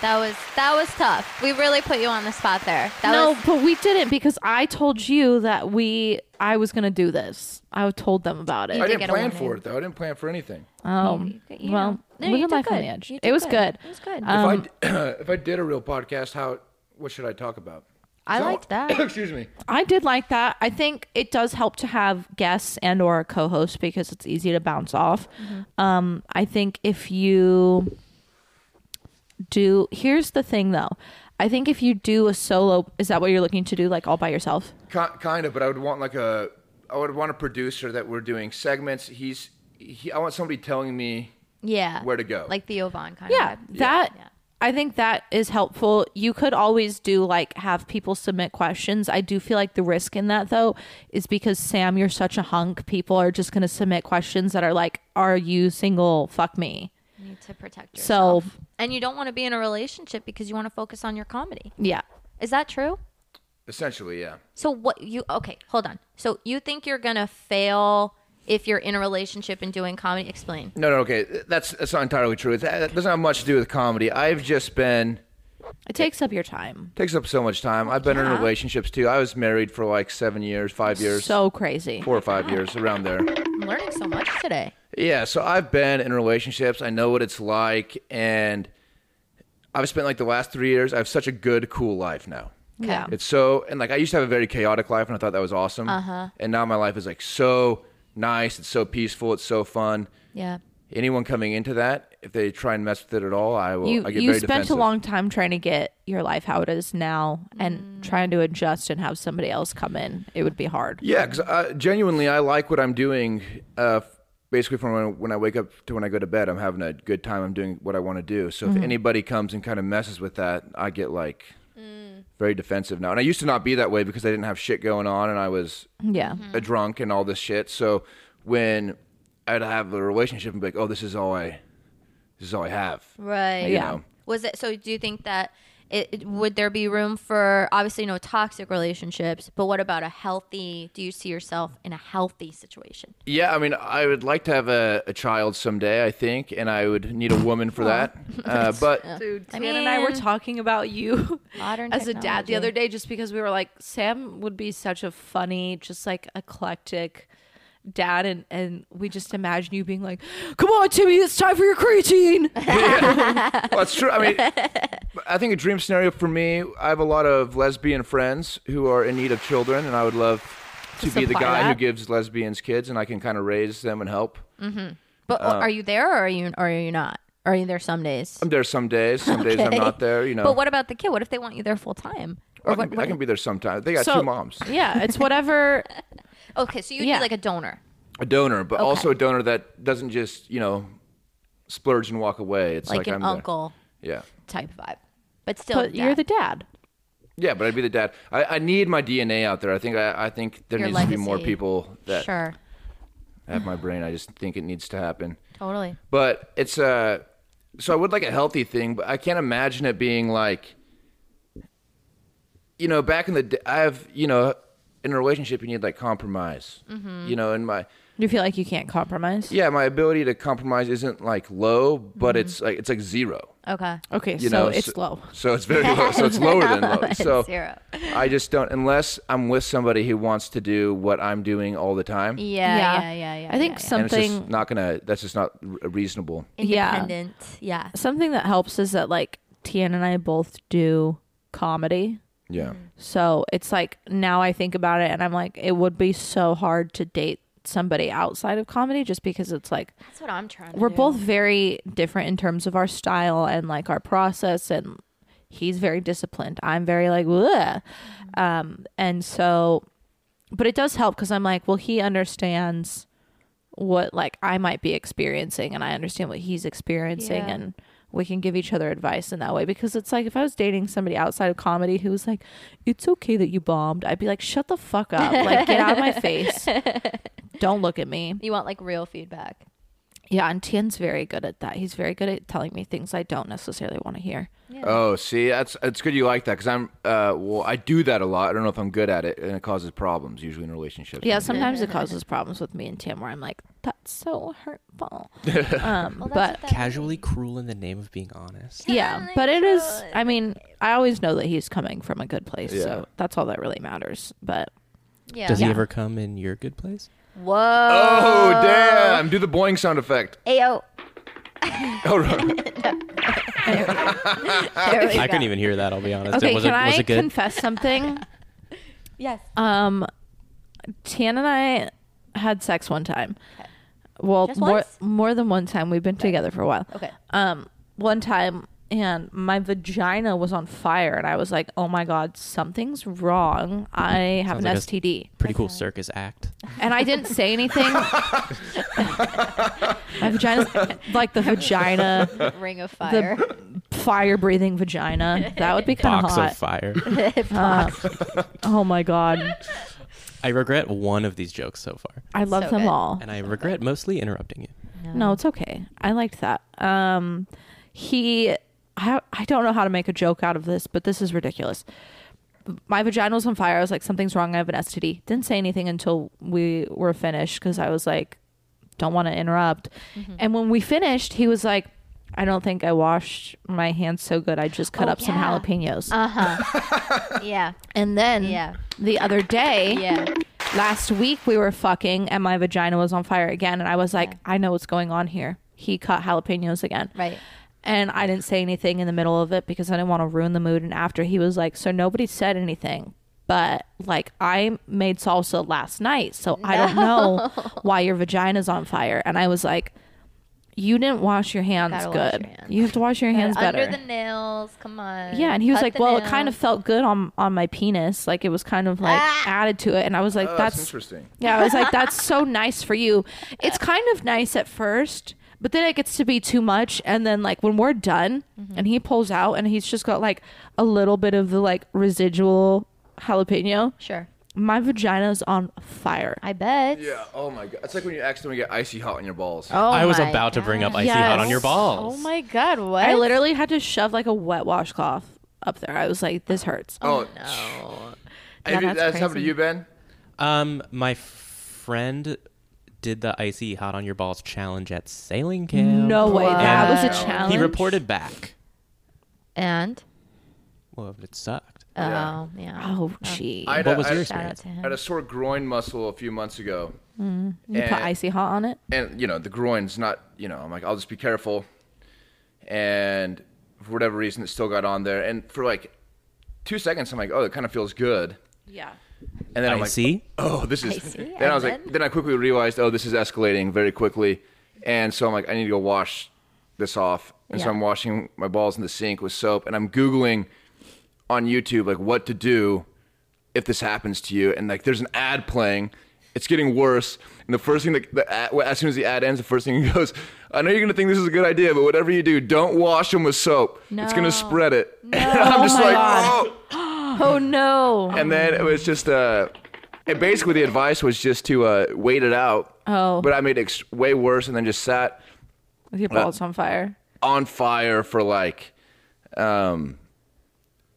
S3: that was that was tough. We really put you on the spot there. That
S2: no,
S3: was
S2: but we didn't because I told you that we I was gonna do this. I told them about
S3: You
S4: I
S2: it.
S3: did
S4: didn't
S3: get a
S4: plan
S3: warning.
S4: for it though. I didn't plan for anything.
S2: Um,
S3: you- you
S2: well,
S3: know. No, you
S2: living
S3: did
S2: life on
S3: good.
S2: the edge.
S3: You did
S2: It was
S3: good.
S2: good.
S3: It was good.
S2: Um,
S4: if I d- if I did a real podcast, how what should I talk about?
S3: I
S4: So-
S3: liked that.
S4: Excuse me.
S2: I did like that. I think it does help to have guests and or a co-host because it's easy to bounce off.
S3: Mm-hmm.
S2: Um, I think if you do, here's the thing though. I think if you do a solo, is that what you're looking to do, like all by yourself?
S4: Ki- kind of, but I would want like a, I would want a producer that we're doing segments. He's, he, I want somebody telling me
S3: yeah.
S4: where to go.
S3: Like the Ovan kind
S2: Yeah,
S3: of. vibe.
S2: that
S3: Yeah.
S2: I think that is helpful. You could always do like have people submit questions. I do feel like the risk in that though is because Sam, you're such a hunk. People are just gonna submit questions that are like, "Are you single? Fuck me."
S3: You need to protect
S2: So-
S3: yourself. and you don't want to be in a relationship because you want to focus on your comedy.
S2: Yeah.
S3: Is that true?
S4: essentially, yeah.
S3: So what you okay, hold on. So you think you're gonna fail if you're in a relationship and doing comedy? Explain.
S4: No, no, okay, that's that's not entirely true. It's, that doesn't have much to do with comedy. I've just been
S2: It takes up your time.
S4: takes up so much time. I've been in relationships too. I was married for like seven years, five years,
S2: So crazy.
S4: four or five years, around there.
S3: I'm learning so much today.
S4: Yeah, so I've been in relationships. I know what it's like, and I've spent like the last three years. I have such a good, cool life now.
S2: Yeah.
S4: It's so and like I used to have a very chaotic life and I thought that was awesome. Uh-huh. And now my life is like so nice, it's so peaceful, it's so fun.
S3: Yeah.
S4: Anyone coming into that, if they try and mess with it at all, I will
S2: You
S4: I get
S2: you
S4: very
S2: spent
S4: defensive.
S2: a long time trying to get your life how it is now
S3: Mm.
S2: and trying to adjust and have somebody else come in. It would be hard.
S4: yeah, because uh, genuinely, I like what I'm doing. Uh, f- basically, from when, when I wake up to when I go to bed, I'm having a good time. I'm doing what I want to do. So
S2: Mm-hmm.
S4: if anybody comes and kind of messes with that, I get like
S2: Mm.
S4: very defensive now. And I used to not be that way because I didn't have shit going on, and I was
S2: Yeah.
S3: Mm-hmm.
S4: a drunk and all this shit. So when I'd have a relationship and be like, "Oh, this is all I, this is all I have."
S3: Right.
S2: Yeah.
S4: know.
S3: Was it so do you think that it, it- would there be room for obviously no toxic relationships, but what about a healthy do you see yourself in a healthy situation?
S4: Yeah, I mean, I would like to have a, a child someday. I think, and I would need a woman for that. Uh, but
S2: Dude,
S3: I
S2: Sam and I were
S3: mean-
S2: talking about you
S3: Modern
S2: as a dad
S3: technology.
S2: the other day just because we were like, Sam would be such a funny, just like eclectic dad and and we just imagine you being like come on timmy it's time for your creatine
S4: well, it's true. I mean, I think a dream scenario for me. I have a lot of lesbian friends who are in need of children, and I would love to
S2: To
S4: be the
S2: supply
S4: guy who
S2: that.
S4: gives lesbians kids, and I can kind of raise them and help.
S3: But are you there or are you or are you not? Or are you there some days?
S4: Uh, I'm there some days. Some days I'm
S3: Okay.
S4: not there. You know,
S3: But what about the kid? What if they want you there full time? Or
S4: I can,
S3: what, what
S4: I can be there sometimes. They got
S2: So-
S4: two moms.
S2: yeah it's whatever
S3: Okay, so you'd
S2: Yeah.
S3: be like a donor.
S4: a donor, but also a donor that doesn't just you know splurge and walk away. It's like,
S3: like, an
S4: I'm the-
S3: uncle
S4: yeah,
S3: type vibe, but still,
S2: But you're the dad.
S4: yeah, but I'd be the dad. I, I need my DNA out there. I think I, I think there
S3: Your
S4: needs to be more
S3: legacy.
S4: people that
S3: sure,
S4: have my brain. I just think it needs to happen.
S3: totally.
S4: But it's uh so I would like a healthy thing, but I can't imagine it being like you know, back in the day, I've, you know, in a relationship you need like compromise.
S3: Mm-hmm.
S4: You know, and my
S2: You feel like you can't compromise.
S4: yeah, my ability to compromise isn't like low,
S3: Mm-hmm.
S4: but it's like it's like zero.
S3: Okay,
S2: Okay,
S4: You
S2: so
S4: know,
S2: it's
S4: so-
S2: low.
S4: So it's very low. So it's lower than low. So
S3: zero.
S4: I just don't unless I'm with somebody who wants to do what I'm doing all the time.
S3: Yeah, yeah, yeah, yeah.
S2: I think
S3: yeah,
S4: And it's just
S2: something
S4: not gonna. That's just not re- reasonable.
S2: yeah.
S3: independent. Yeah,
S2: something that helps is that like Tian and I both do comedy.
S4: Yeah.
S3: Mm.
S2: So it's like now I think about it and I'm like, it would be so hard to date somebody outside of comedy just because it's like
S3: that's what I'm trying. To
S2: we're
S3: do.
S2: both very different in terms of our style and like our process and he's very disciplined i'm very like Bleh. um and so but it does help because i'm like well he understands what like i might be experiencing and i understand what he's experiencing
S3: Yeah.
S2: and we can give each other advice in that way because it's like if i was dating somebody outside of comedy who was like it's okay that you bombed i'd be like shut the fuck up like get out of my face don't look at me
S3: You want like real feedback.
S2: yeah, and Tian's very good at that. He's very good at telling me things I don't necessarily want to hear.
S4: Oh, see, that's it's good you like that because I'm. Uh, well, I do that a lot. I don't know if I'm good at it, and it causes problems usually in relationships.
S2: Yeah, sometimes it causes problems with me and Tim where I'm like, that's so hurtful. Um, but
S5: Casually cruel in the name of being honest.
S2: yeah, but it is, I mean, I always know that he's coming from a good place. So that's all that really matters. But
S3: Yeah.
S5: Does
S2: Yeah.
S5: he ever come in your good place?
S3: Whoa.
S4: Oh damn! Do the boing sound effect.
S3: Ayo.
S4: Oh, right.
S3: There we
S5: I
S3: go.
S5: couldn't even hear that. I'll be honest.
S2: okay,
S5: it was
S2: can
S5: it, was
S2: I
S5: it good?
S2: confess something?
S3: Yes.
S2: Um, Tan and I had sex one time. Well,
S3: Just
S2: more
S3: once?
S2: more than one time. We've been together for a while.
S3: Okay.
S2: Um, one time, and my vagina was on fire, and I was like, "Oh my god, something's wrong. I have an
S5: Sounds like a s-
S2: STD."
S5: Pretty cool circus act.
S2: and I didn't say anything. my vagina's like the vagina,
S3: Ring of fire.
S2: the fire breathing vagina. That would be kind of
S5: Box
S2: hot.
S5: of fire.
S2: oh my god,
S5: I regret one of these jokes so far,
S2: I love
S3: So
S2: them
S3: good.
S2: all.
S5: and I regret mostly interrupting you.
S2: No, it's okay. I liked that. Um, he, I, I don't know how to make a joke out of this, but this is ridiculous. My vagina was on fire. I was like, something's wrong. I have an STD. Didn't say anything until we were finished because I was like, don't want to interrupt.
S3: Mm-hmm.
S2: And when we finished, he was like, I don't think I washed my hands so good. I just cut
S3: Oh,
S2: up some
S3: yeah.
S2: jalapenos.
S3: yeah.
S2: and then
S3: Yeah.
S2: the other day,
S3: Yeah.
S2: last week we were fucking and my vagina was on fire again and i was like i know what's going on here he cut jalapenos again
S3: Right.
S2: and i didn't say anything in the middle of it because i didn't want to ruin the mood and after he was like so nobody said anything but like i made salsa last night so i don't know why your vagina's on fire and i was like you didn't wash your hands
S3: Gotta
S2: good
S3: wash your hands.
S2: you have to wash your hands better
S3: Under the nails. Come on.
S2: yeah, and he was
S3: Cut
S2: like,
S3: the
S2: "Well, it
S3: nails.
S2: kind of felt good on on my penis. Like it was kind of like
S3: Ah!
S2: added to it." And I was like,
S4: Oh, that's
S2: "That's
S4: interesting.
S2: yeah." I was like, "That's so nice for you." It's kind of nice at first, but then it gets to be too much. And then like when we're done, and he pulls out, and he's just got like a little bit of the like residual jalapeno.
S3: Sure.
S2: My vagina's on fire.
S3: I bet.
S4: Yeah. Oh my god! It's like when you accidentally get icy hot in your balls.
S3: Oh
S5: I was
S3: my
S5: about to bring up
S3: God.
S5: icy hot on
S2: Yes.
S5: your balls.
S3: Oh my god! What?
S2: I literally had to shove like a wet washcloth up there. I was like, "This hurts."
S4: Oh,
S3: No.
S4: Have you-
S3: that's
S4: that's, happened to
S3: crazy.
S4: you, Ben.
S5: Um, my friend did the icy hot on your balls challenge at sailing camp.
S2: No way, that was
S3: Wow.
S2: a challenge.
S5: He reported back.
S3: And
S5: Well, it sucked.
S3: oh
S4: Yeah.
S3: yeah.
S2: Oh, gee.
S4: I had
S5: What
S4: a-
S5: was
S4: I-
S5: your
S3: Shout out
S5: experience?
S3: to
S4: I
S3: him.
S4: had a sore groin muscle a few months ago,
S2: Mm. You put
S4: and-
S2: icy hot on it.
S4: and you know the groin's not. You know, I'm like, I'll just be careful, and for whatever reason, it still got on there. And for like two seconds, I'm like, oh, it kind of feels good.
S2: Yeah.
S4: And then I'm like,
S5: Icy?
S4: oh, this is.
S3: Icy,
S4: Then I was
S3: and
S4: like,
S3: then?
S4: then I quickly realized, oh, this is escalating very quickly, and so I'm like, I need to go wash this off, and so
S3: Yeah.
S4: I'm washing my balls in the sink with soap, and I'm googling on YouTube like what to do if this happens to you, and like there's an ad playing, It's getting worse. And the first thing, that, the ad, well, as soon as the ad ends, the first thing he goes, I know you're going to think this is a good idea, but whatever you do, don't wash them with soap. It's going
S3: No.
S4: to spread it. And I'm just like, oh.
S3: Oh no.
S4: And then it was just, uh, and basically the advice was just to uh, wait it out.
S2: Oh.
S4: But I made it ex- way worse and then just sat
S2: With your balls on fire.
S4: on fire for like, um,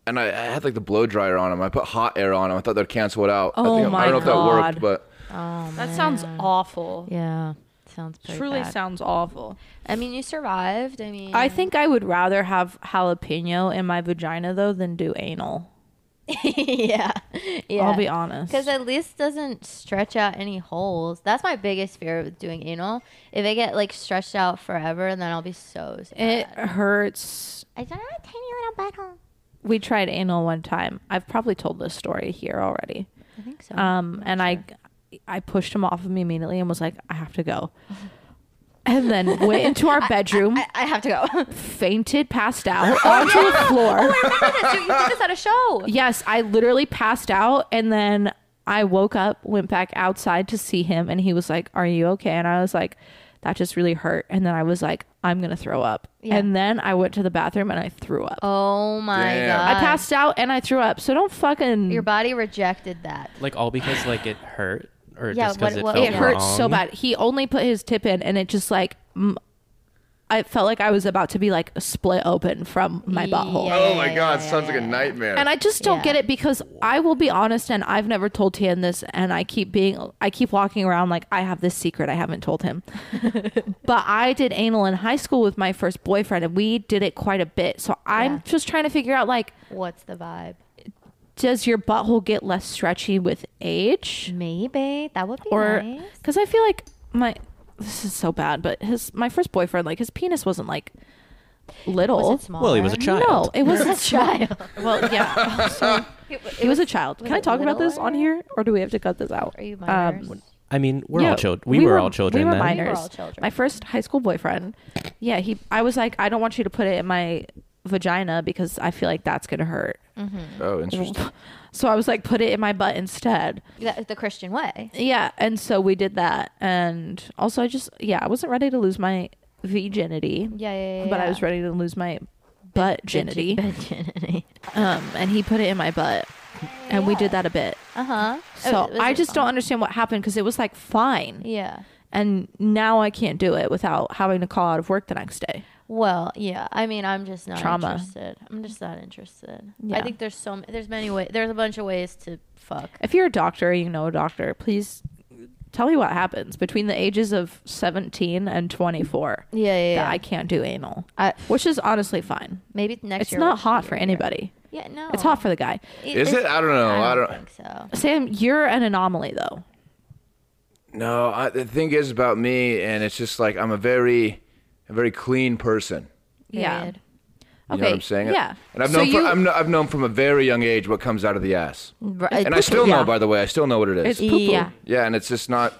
S4: and I, I had like the blow dryer on them. I put hot air on them. I thought they'd cancel it out.
S2: Oh
S4: I, think,
S2: my
S4: I don't know if
S2: God.
S4: that worked, but
S2: That sounds awful.
S3: Yeah. Sounds pretty
S2: Truly
S3: bad.
S2: sounds awful.
S3: I mean, you survived. I mean,
S2: I think I would rather have jalapeno in my vagina though than do anal.
S3: yeah. Yeah.
S2: I'll be honest.
S3: Because at least doesn't stretch out any holes. That's my biggest fear with doing anal. If I get like stretched out forever, then I'll be so sad.
S2: it hurts
S3: I don't have a tiny little butthole.
S2: we tried anal one time. I've probably told this story here already.
S3: I think so.
S2: Um, and I, I pushed him off of me immediately and was like, I have to go. And then went into our bedroom,
S3: I, Oh, I have to go.
S2: fainted, passed out onto the floor.
S3: remember this. You, you did this at a show.
S2: Yes, I literally passed out and then I woke up, went back outside to see him, and he was like, Are you okay? And I was like, That just really hurt. And then I was like, I'm going to throw up.
S3: Yeah.
S2: And then I went to the bathroom and I threw up.
S3: Oh my
S4: Damn.
S2: I
S3: god.
S2: passed out and I threw up. So don't fucking.
S3: Your body rejected that.
S5: Like all because like it hurt or
S3: Yeah,
S5: just 'cause
S3: what-
S5: it
S3: what-
S5: felt
S2: it hurt so
S5: wrong?
S2: bad. He only put his tip in, and it just like mm, I felt like I was about to be like split open from my butthole.
S3: Yeah.
S4: oh my God, sounds like a nightmare.
S2: And I just don't
S3: Yeah.
S2: get it because I will be honest, and I've never told Tian this, and I keep being, I keep walking around like I have this secret I haven't told him. but I did anal in high school with my first boyfriend, and we did it quite a bit. So I'm
S3: Yeah.
S2: just trying to figure out like,
S3: What's the vibe?
S2: does your butthole get less stretchy with age?
S3: Maybe that would be
S2: or
S3: nice.
S2: because I feel like my this is so bad, but his my first boyfriend like his penis wasn't like little.
S3: Was it small?
S5: Well, he was a child.
S2: No, it wasn't
S3: child.
S2: Well, yeah, so, he was a child. Can I
S3: it
S2: talk about this
S3: littler?
S2: on here, or do we have to cut this out?
S3: Are you minors?
S2: Um,
S5: I mean, we're
S2: yeah,
S5: all children. We, were, all children
S2: We were
S5: then.
S2: minors.
S3: all children.
S2: My first high school boyfriend. Yeah, he. I was like, I don't want you to put it in my vagina because I feel like that's gonna hurt.
S3: Mm.
S4: oh, interesting.
S2: So I was like, put it in my butt instead.
S3: That- the Christian way.
S2: Yeah, and so we did that, and also I just yeah I wasn't ready to lose my virginity.
S3: Yeah, yeah, yeah,
S2: But I
S3: yeah.
S2: was ready to lose my butt virginity.
S3: Virginity.
S2: Um, and he put it in my butt, and we did that a bit.
S3: Uh huh.
S2: So I just don't understand what happened because it was like fine,
S3: Yeah.
S2: and now I can't do it without having to call out of work the next day.
S3: Well, yeah. I mean, I'm just not
S2: Trauma.
S3: interested. I'm just not interested. I
S2: Yeah.
S3: think there's so m- there's many ways. There's a bunch of ways to fuck.
S2: If you're a doctor, you know a doctor. Please tell me what happens between the ages of 17 and 24
S3: Yeah, yeah.
S2: that
S3: yeah.
S2: I can't do anal,
S3: I-
S2: which is honestly fine.
S3: maybe next
S2: It's
S3: year.
S2: not
S3: we'll
S2: hot
S3: figure
S2: for
S3: it out.
S2: anybody.
S3: Yeah, no.
S2: It's hot for the guy.
S4: Is it? I don't know. I don't.
S3: think so.
S2: Sam, you're an anomaly though.
S4: No, I, the thing is about me, and it's just like I'm a very, a very clean person.
S2: Yeah.
S3: Period.
S4: You know what I'm saying?
S2: Yeah.
S4: And I've
S2: So
S4: known,
S2: you-
S4: from, I'm, kn- I've known from a very young age what comes out of the ass.
S3: Right.
S4: And I still
S2: yeah.
S4: know, by the way, I still know what it is.
S2: It's e- poo-poo.
S3: Yeah.
S4: yeah, and it's just not,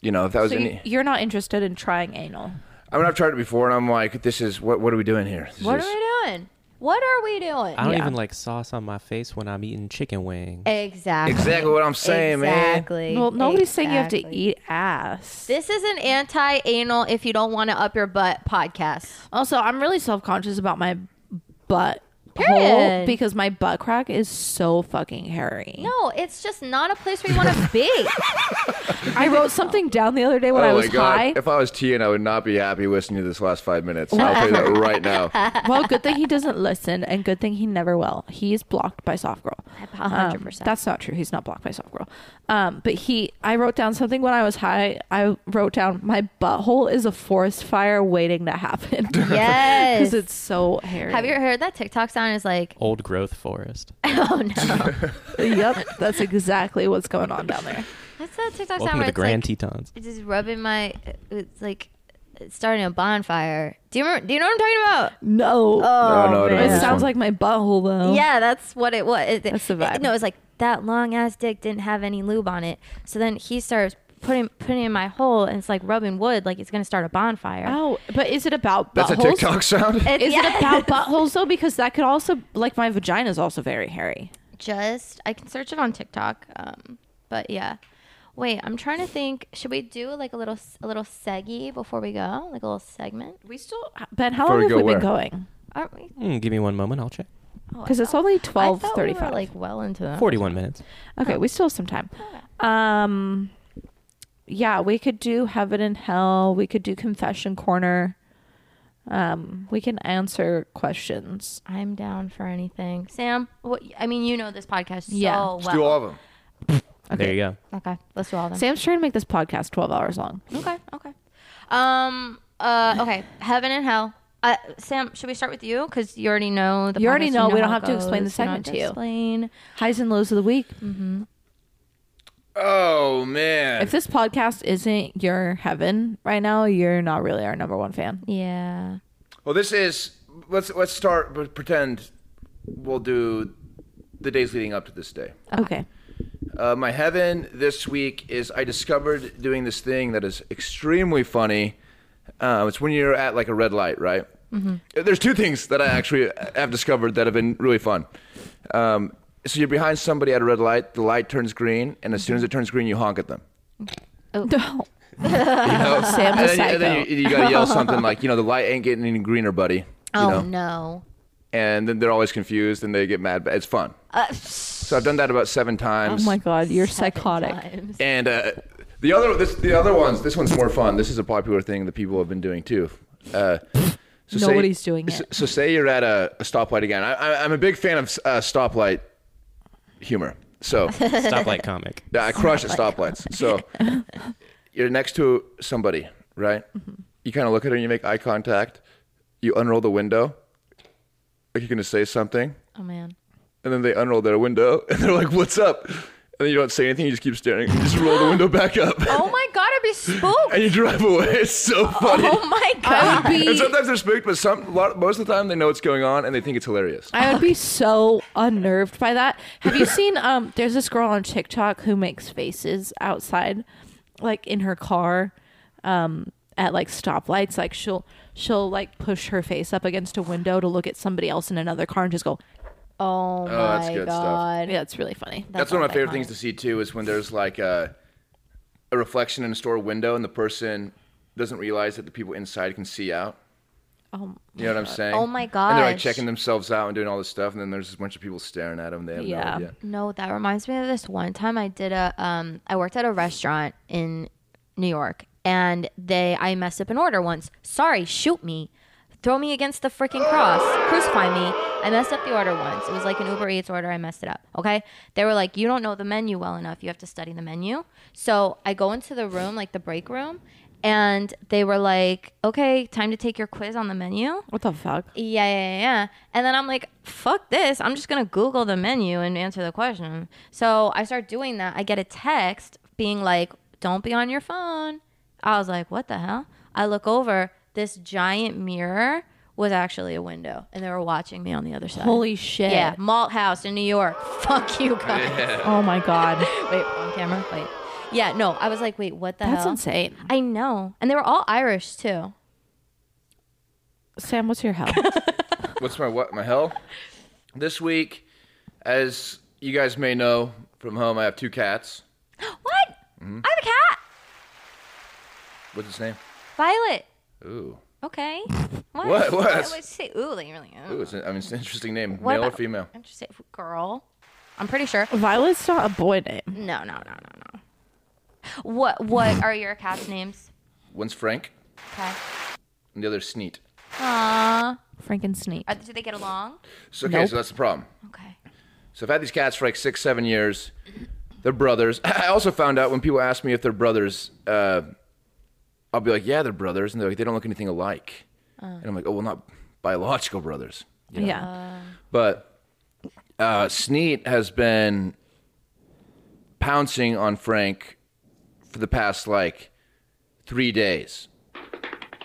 S4: you know, if that was
S2: So you,
S4: any.
S2: you're not interested in trying anal.
S4: I mean, I've tried it before, and I'm like, this is, what, what are we doing here? This
S3: What
S4: is-
S3: are we doing? What are we doing?
S5: I don't
S2: Yeah.
S5: even like sauce on my face when I'm eating chicken
S3: Eh.
S5: wings.
S3: exactly.
S4: Exactly what I'm saying, man.
S3: Exactly.
S2: Well, nobody's saying you have to
S3: E Exactly.
S2: eat ass.
S3: This is an anti-anal if you don't want to up your butt podcast.
S2: Also, I'm really self conscious about my butt hole
S3: Period.
S2: because my butt crack is so fucking hairy.
S3: No, it's just not a place where you want to be.
S2: I wrote something down the other day when
S4: oh
S2: I was
S4: my God.
S2: high.
S4: If I was T and I would not be happy listening to this last five minutes. I'll tell you that right now.
S2: well, good thing he doesn't listen, and good thing he never will. He is blocked by Soft Girl.
S3: A hundred
S2: Um,
S3: percent.
S2: That's not true. He's not blocked by Soft Girl. Um, but he, I wrote down something when I was high. I wrote down, my butthole is a forest fire waiting to happen.
S3: Yes.
S2: Because it's so hairy.
S3: Have you heard that TikTok sound is like,
S5: Old growth forest.
S3: oh no.
S2: yep, that's exactly what's going on down there.
S3: That's that TikTok sound
S5: Welcome
S3: where
S5: to the
S3: it's
S5: Grand
S3: like,
S5: Tetons.
S3: it's just rubbing my, it's like starting a bonfire. Do you remember, do you know what I'm talking about?
S2: No.
S4: No,
S3: Oh,
S4: no, I don't know
S2: it
S4: this
S2: sounds
S4: one.
S2: like my butthole though.
S3: Yeah, that's what it was. It-
S2: That's the vibe.
S3: no, it's like that long ass dick didn't have any lube on it. So then he starts putting putting in my hole and it's like rubbing wood like it's going to start a bonfire.
S2: Oh, but is it about
S4: That's a
S2: buttholes?
S4: TikTok sound?
S3: It's-
S2: Is
S3: yes.
S2: it about buttholes though? Because that could also, like, my vagina is also very hairy.
S3: just I can search it on TikTok. Um, but yeah, Wait, I'm trying to think. Should we do like a little a little seggy before we go? Like a little segment?
S2: We still, Ben. How
S4: Before
S2: long
S4: we
S2: have
S4: go
S2: we
S4: where?
S2: been going?
S3: Aren't we?
S5: Mm, give me one moment. I'll check.
S3: oh, I
S2: Because it's
S3: thought-
S2: only
S3: I
S2: twelve
S3: thought we were,
S2: thirty-five.
S3: like well into that.
S5: 41 minutes.
S2: oh. okay, we still have some time. Um, yeah, we could do heaven and hell. We could do confession corner. Um, we can answer questions.
S3: I'm down for anything. Sam, what, I mean, you know this podcast so
S2: Yeah.
S3: well.
S2: Let's
S4: Let's do all of them.
S5: There you go.
S3: Okay, let's do all of them.
S2: Sam's trying to make this podcast twelve hours long.
S3: Okay, okay. Um. Uh. Okay. Heaven and hell. Uh, Sam, should we start with you? Because you already know the.
S2: You already
S3: podcast,
S2: know. We don't
S3: how
S2: have
S3: it
S2: to explain
S3: goes.
S2: the
S3: We don't
S2: segment
S3: have
S2: to you.
S3: Explain.
S2: Highs and lows of the week.
S4: Oh man.
S2: If this podcast isn't your heaven right now, you're not really our number one fan.
S3: Yeah.
S4: Well, this is let's let's start but pretend we'll do the days leading up to this day.
S2: Okay.
S4: Uh, my heaven this week is I discovered doing this thing that is extremely funny. Uh, it's when you're at like a red light, right?
S2: Mm-hmm.
S4: There's two things that I actually have discovered that have been really fun. Um, so you're behind somebody at a red light, the light turns green, and as soon as it turns green, you honk at them.
S2: No.
S4: You know?
S2: Sam's a
S4: and, then you, and then
S2: psycho.
S4: you, you gotta yell something like, you know, the light ain't getting any greener, buddy. You know?
S3: Oh, no.
S4: And then they're always confused and they get mad, but it's fun. so I've done that about seven
S2: Oh
S4: times.
S2: my god, you're psychotic.
S3: Times.
S4: And uh, the other this the other ones this one's more fun. This is a popular thing that people have been doing too. Uh, so say-
S2: Nobody's doing
S4: So,
S2: it.
S4: so say you're at a, a stoplight again. I, I, I'm a big fan of uh, stoplight humor. So
S5: Stoplight comic.
S4: yeah, I crush at stoplights. So you're next to somebody, right?
S2: Mm-hmm.
S4: You kind of look at her, you make eye contact, you unroll the window, like you're gonna say something
S3: Oh man.
S4: and then they unroll their window and they're like, "What's up?" And then you don't say anything. You just keep staring. You just roll the window back up
S3: Oh my god, I'd be spooked.
S4: and you drive away. It's so funny.
S3: Oh my god.
S4: and sometimes they're spooked, but some a lot, most of the time they know what's going on and they think it's hilarious.
S2: I would be so unnerved by that. Have you seen um there's this girl on TikTok who makes faces outside like in her car um at like stoplights like she'll she'll like push her face up against a window to look at somebody else in another car and just go,
S3: Oh my
S4: that's good stuff.
S3: god.
S2: "Yeah, it's really funny."
S4: That's, one of my favorite things to see too is when there's like a, a reflection in a store window and the person doesn't realize that the people inside can see out.
S2: Um,
S4: You know what I'm saying?
S3: Oh my
S4: And they're like
S3: gosh.
S4: checking themselves out and doing all this stuff, and then there's a bunch of people staring at them. They have
S2: Yeah.
S4: no idea.
S3: No, that reminds me of this one time I did a um I worked at a restaurant in New York and they I messed up an order once. Sorry, shoot me. Throw me against the freaking cross. Crucify me. I messed up the order once. It was like an Uber Eats order. I messed it up. Okay. They were like, You don't know the menu well enough. You have to study the menu. So I go into the room, like the break room, and they were like, Okay, time to take your quiz on the menu.
S2: What the fuck?
S3: Yeah, yeah, yeah, yeah. And then I'm like, fuck this. I'm just going to Google the menu and answer the question. So I start doing that. I get a text being like, don't be on your phone. I was like, what the hell? I look over. This giant mirror was actually a window, and they were watching me on the other side.
S2: Holy shit.
S3: Yeah, Malt House in New York. Fuck you guys.
S2: Oh my god.
S3: Wait, on camera? Wait. Yeah, no, I was like, wait, what the
S2: That's
S3: hell?
S2: insane.
S3: I know. And they were all Irish, too.
S2: Sam, what's your hell?
S4: What's my what? My hell? This week, as you guys may know from home, I have two cats.
S3: What? I have a cat.
S4: What's his name?
S3: Violet.
S4: Ooh.
S3: Okay.
S4: What? What?
S3: I would say, ooh, like, really. uh,
S4: Ooh, it's an, I mean, it's an interesting name,
S3: What
S4: male or
S3: about-
S4: female.
S3: I'm just saying, girl. I'm pretty sure.
S2: Violet's not a boy name.
S3: No, no, no, no, no. What? What are your cat's names?
S4: One's Frank,
S3: Okay.
S4: and the other's Sneet.
S3: Aww.
S2: Frankenstein.
S3: Are, do they get along?
S4: So okay,
S2: Nope.
S4: so that's the problem.
S3: Okay.
S4: So I've had these cats for like six, seven years. They're brothers. I also found out when people ask me if they're brothers, uh, I'll be like, "Yeah, they're brothers," and they're like, "They don't look anything alike," and I'm like, "Oh, well, not biological brothers."
S2: Yeah.
S4: But uh, Sneet has been pouncing on Frank for the past like three days.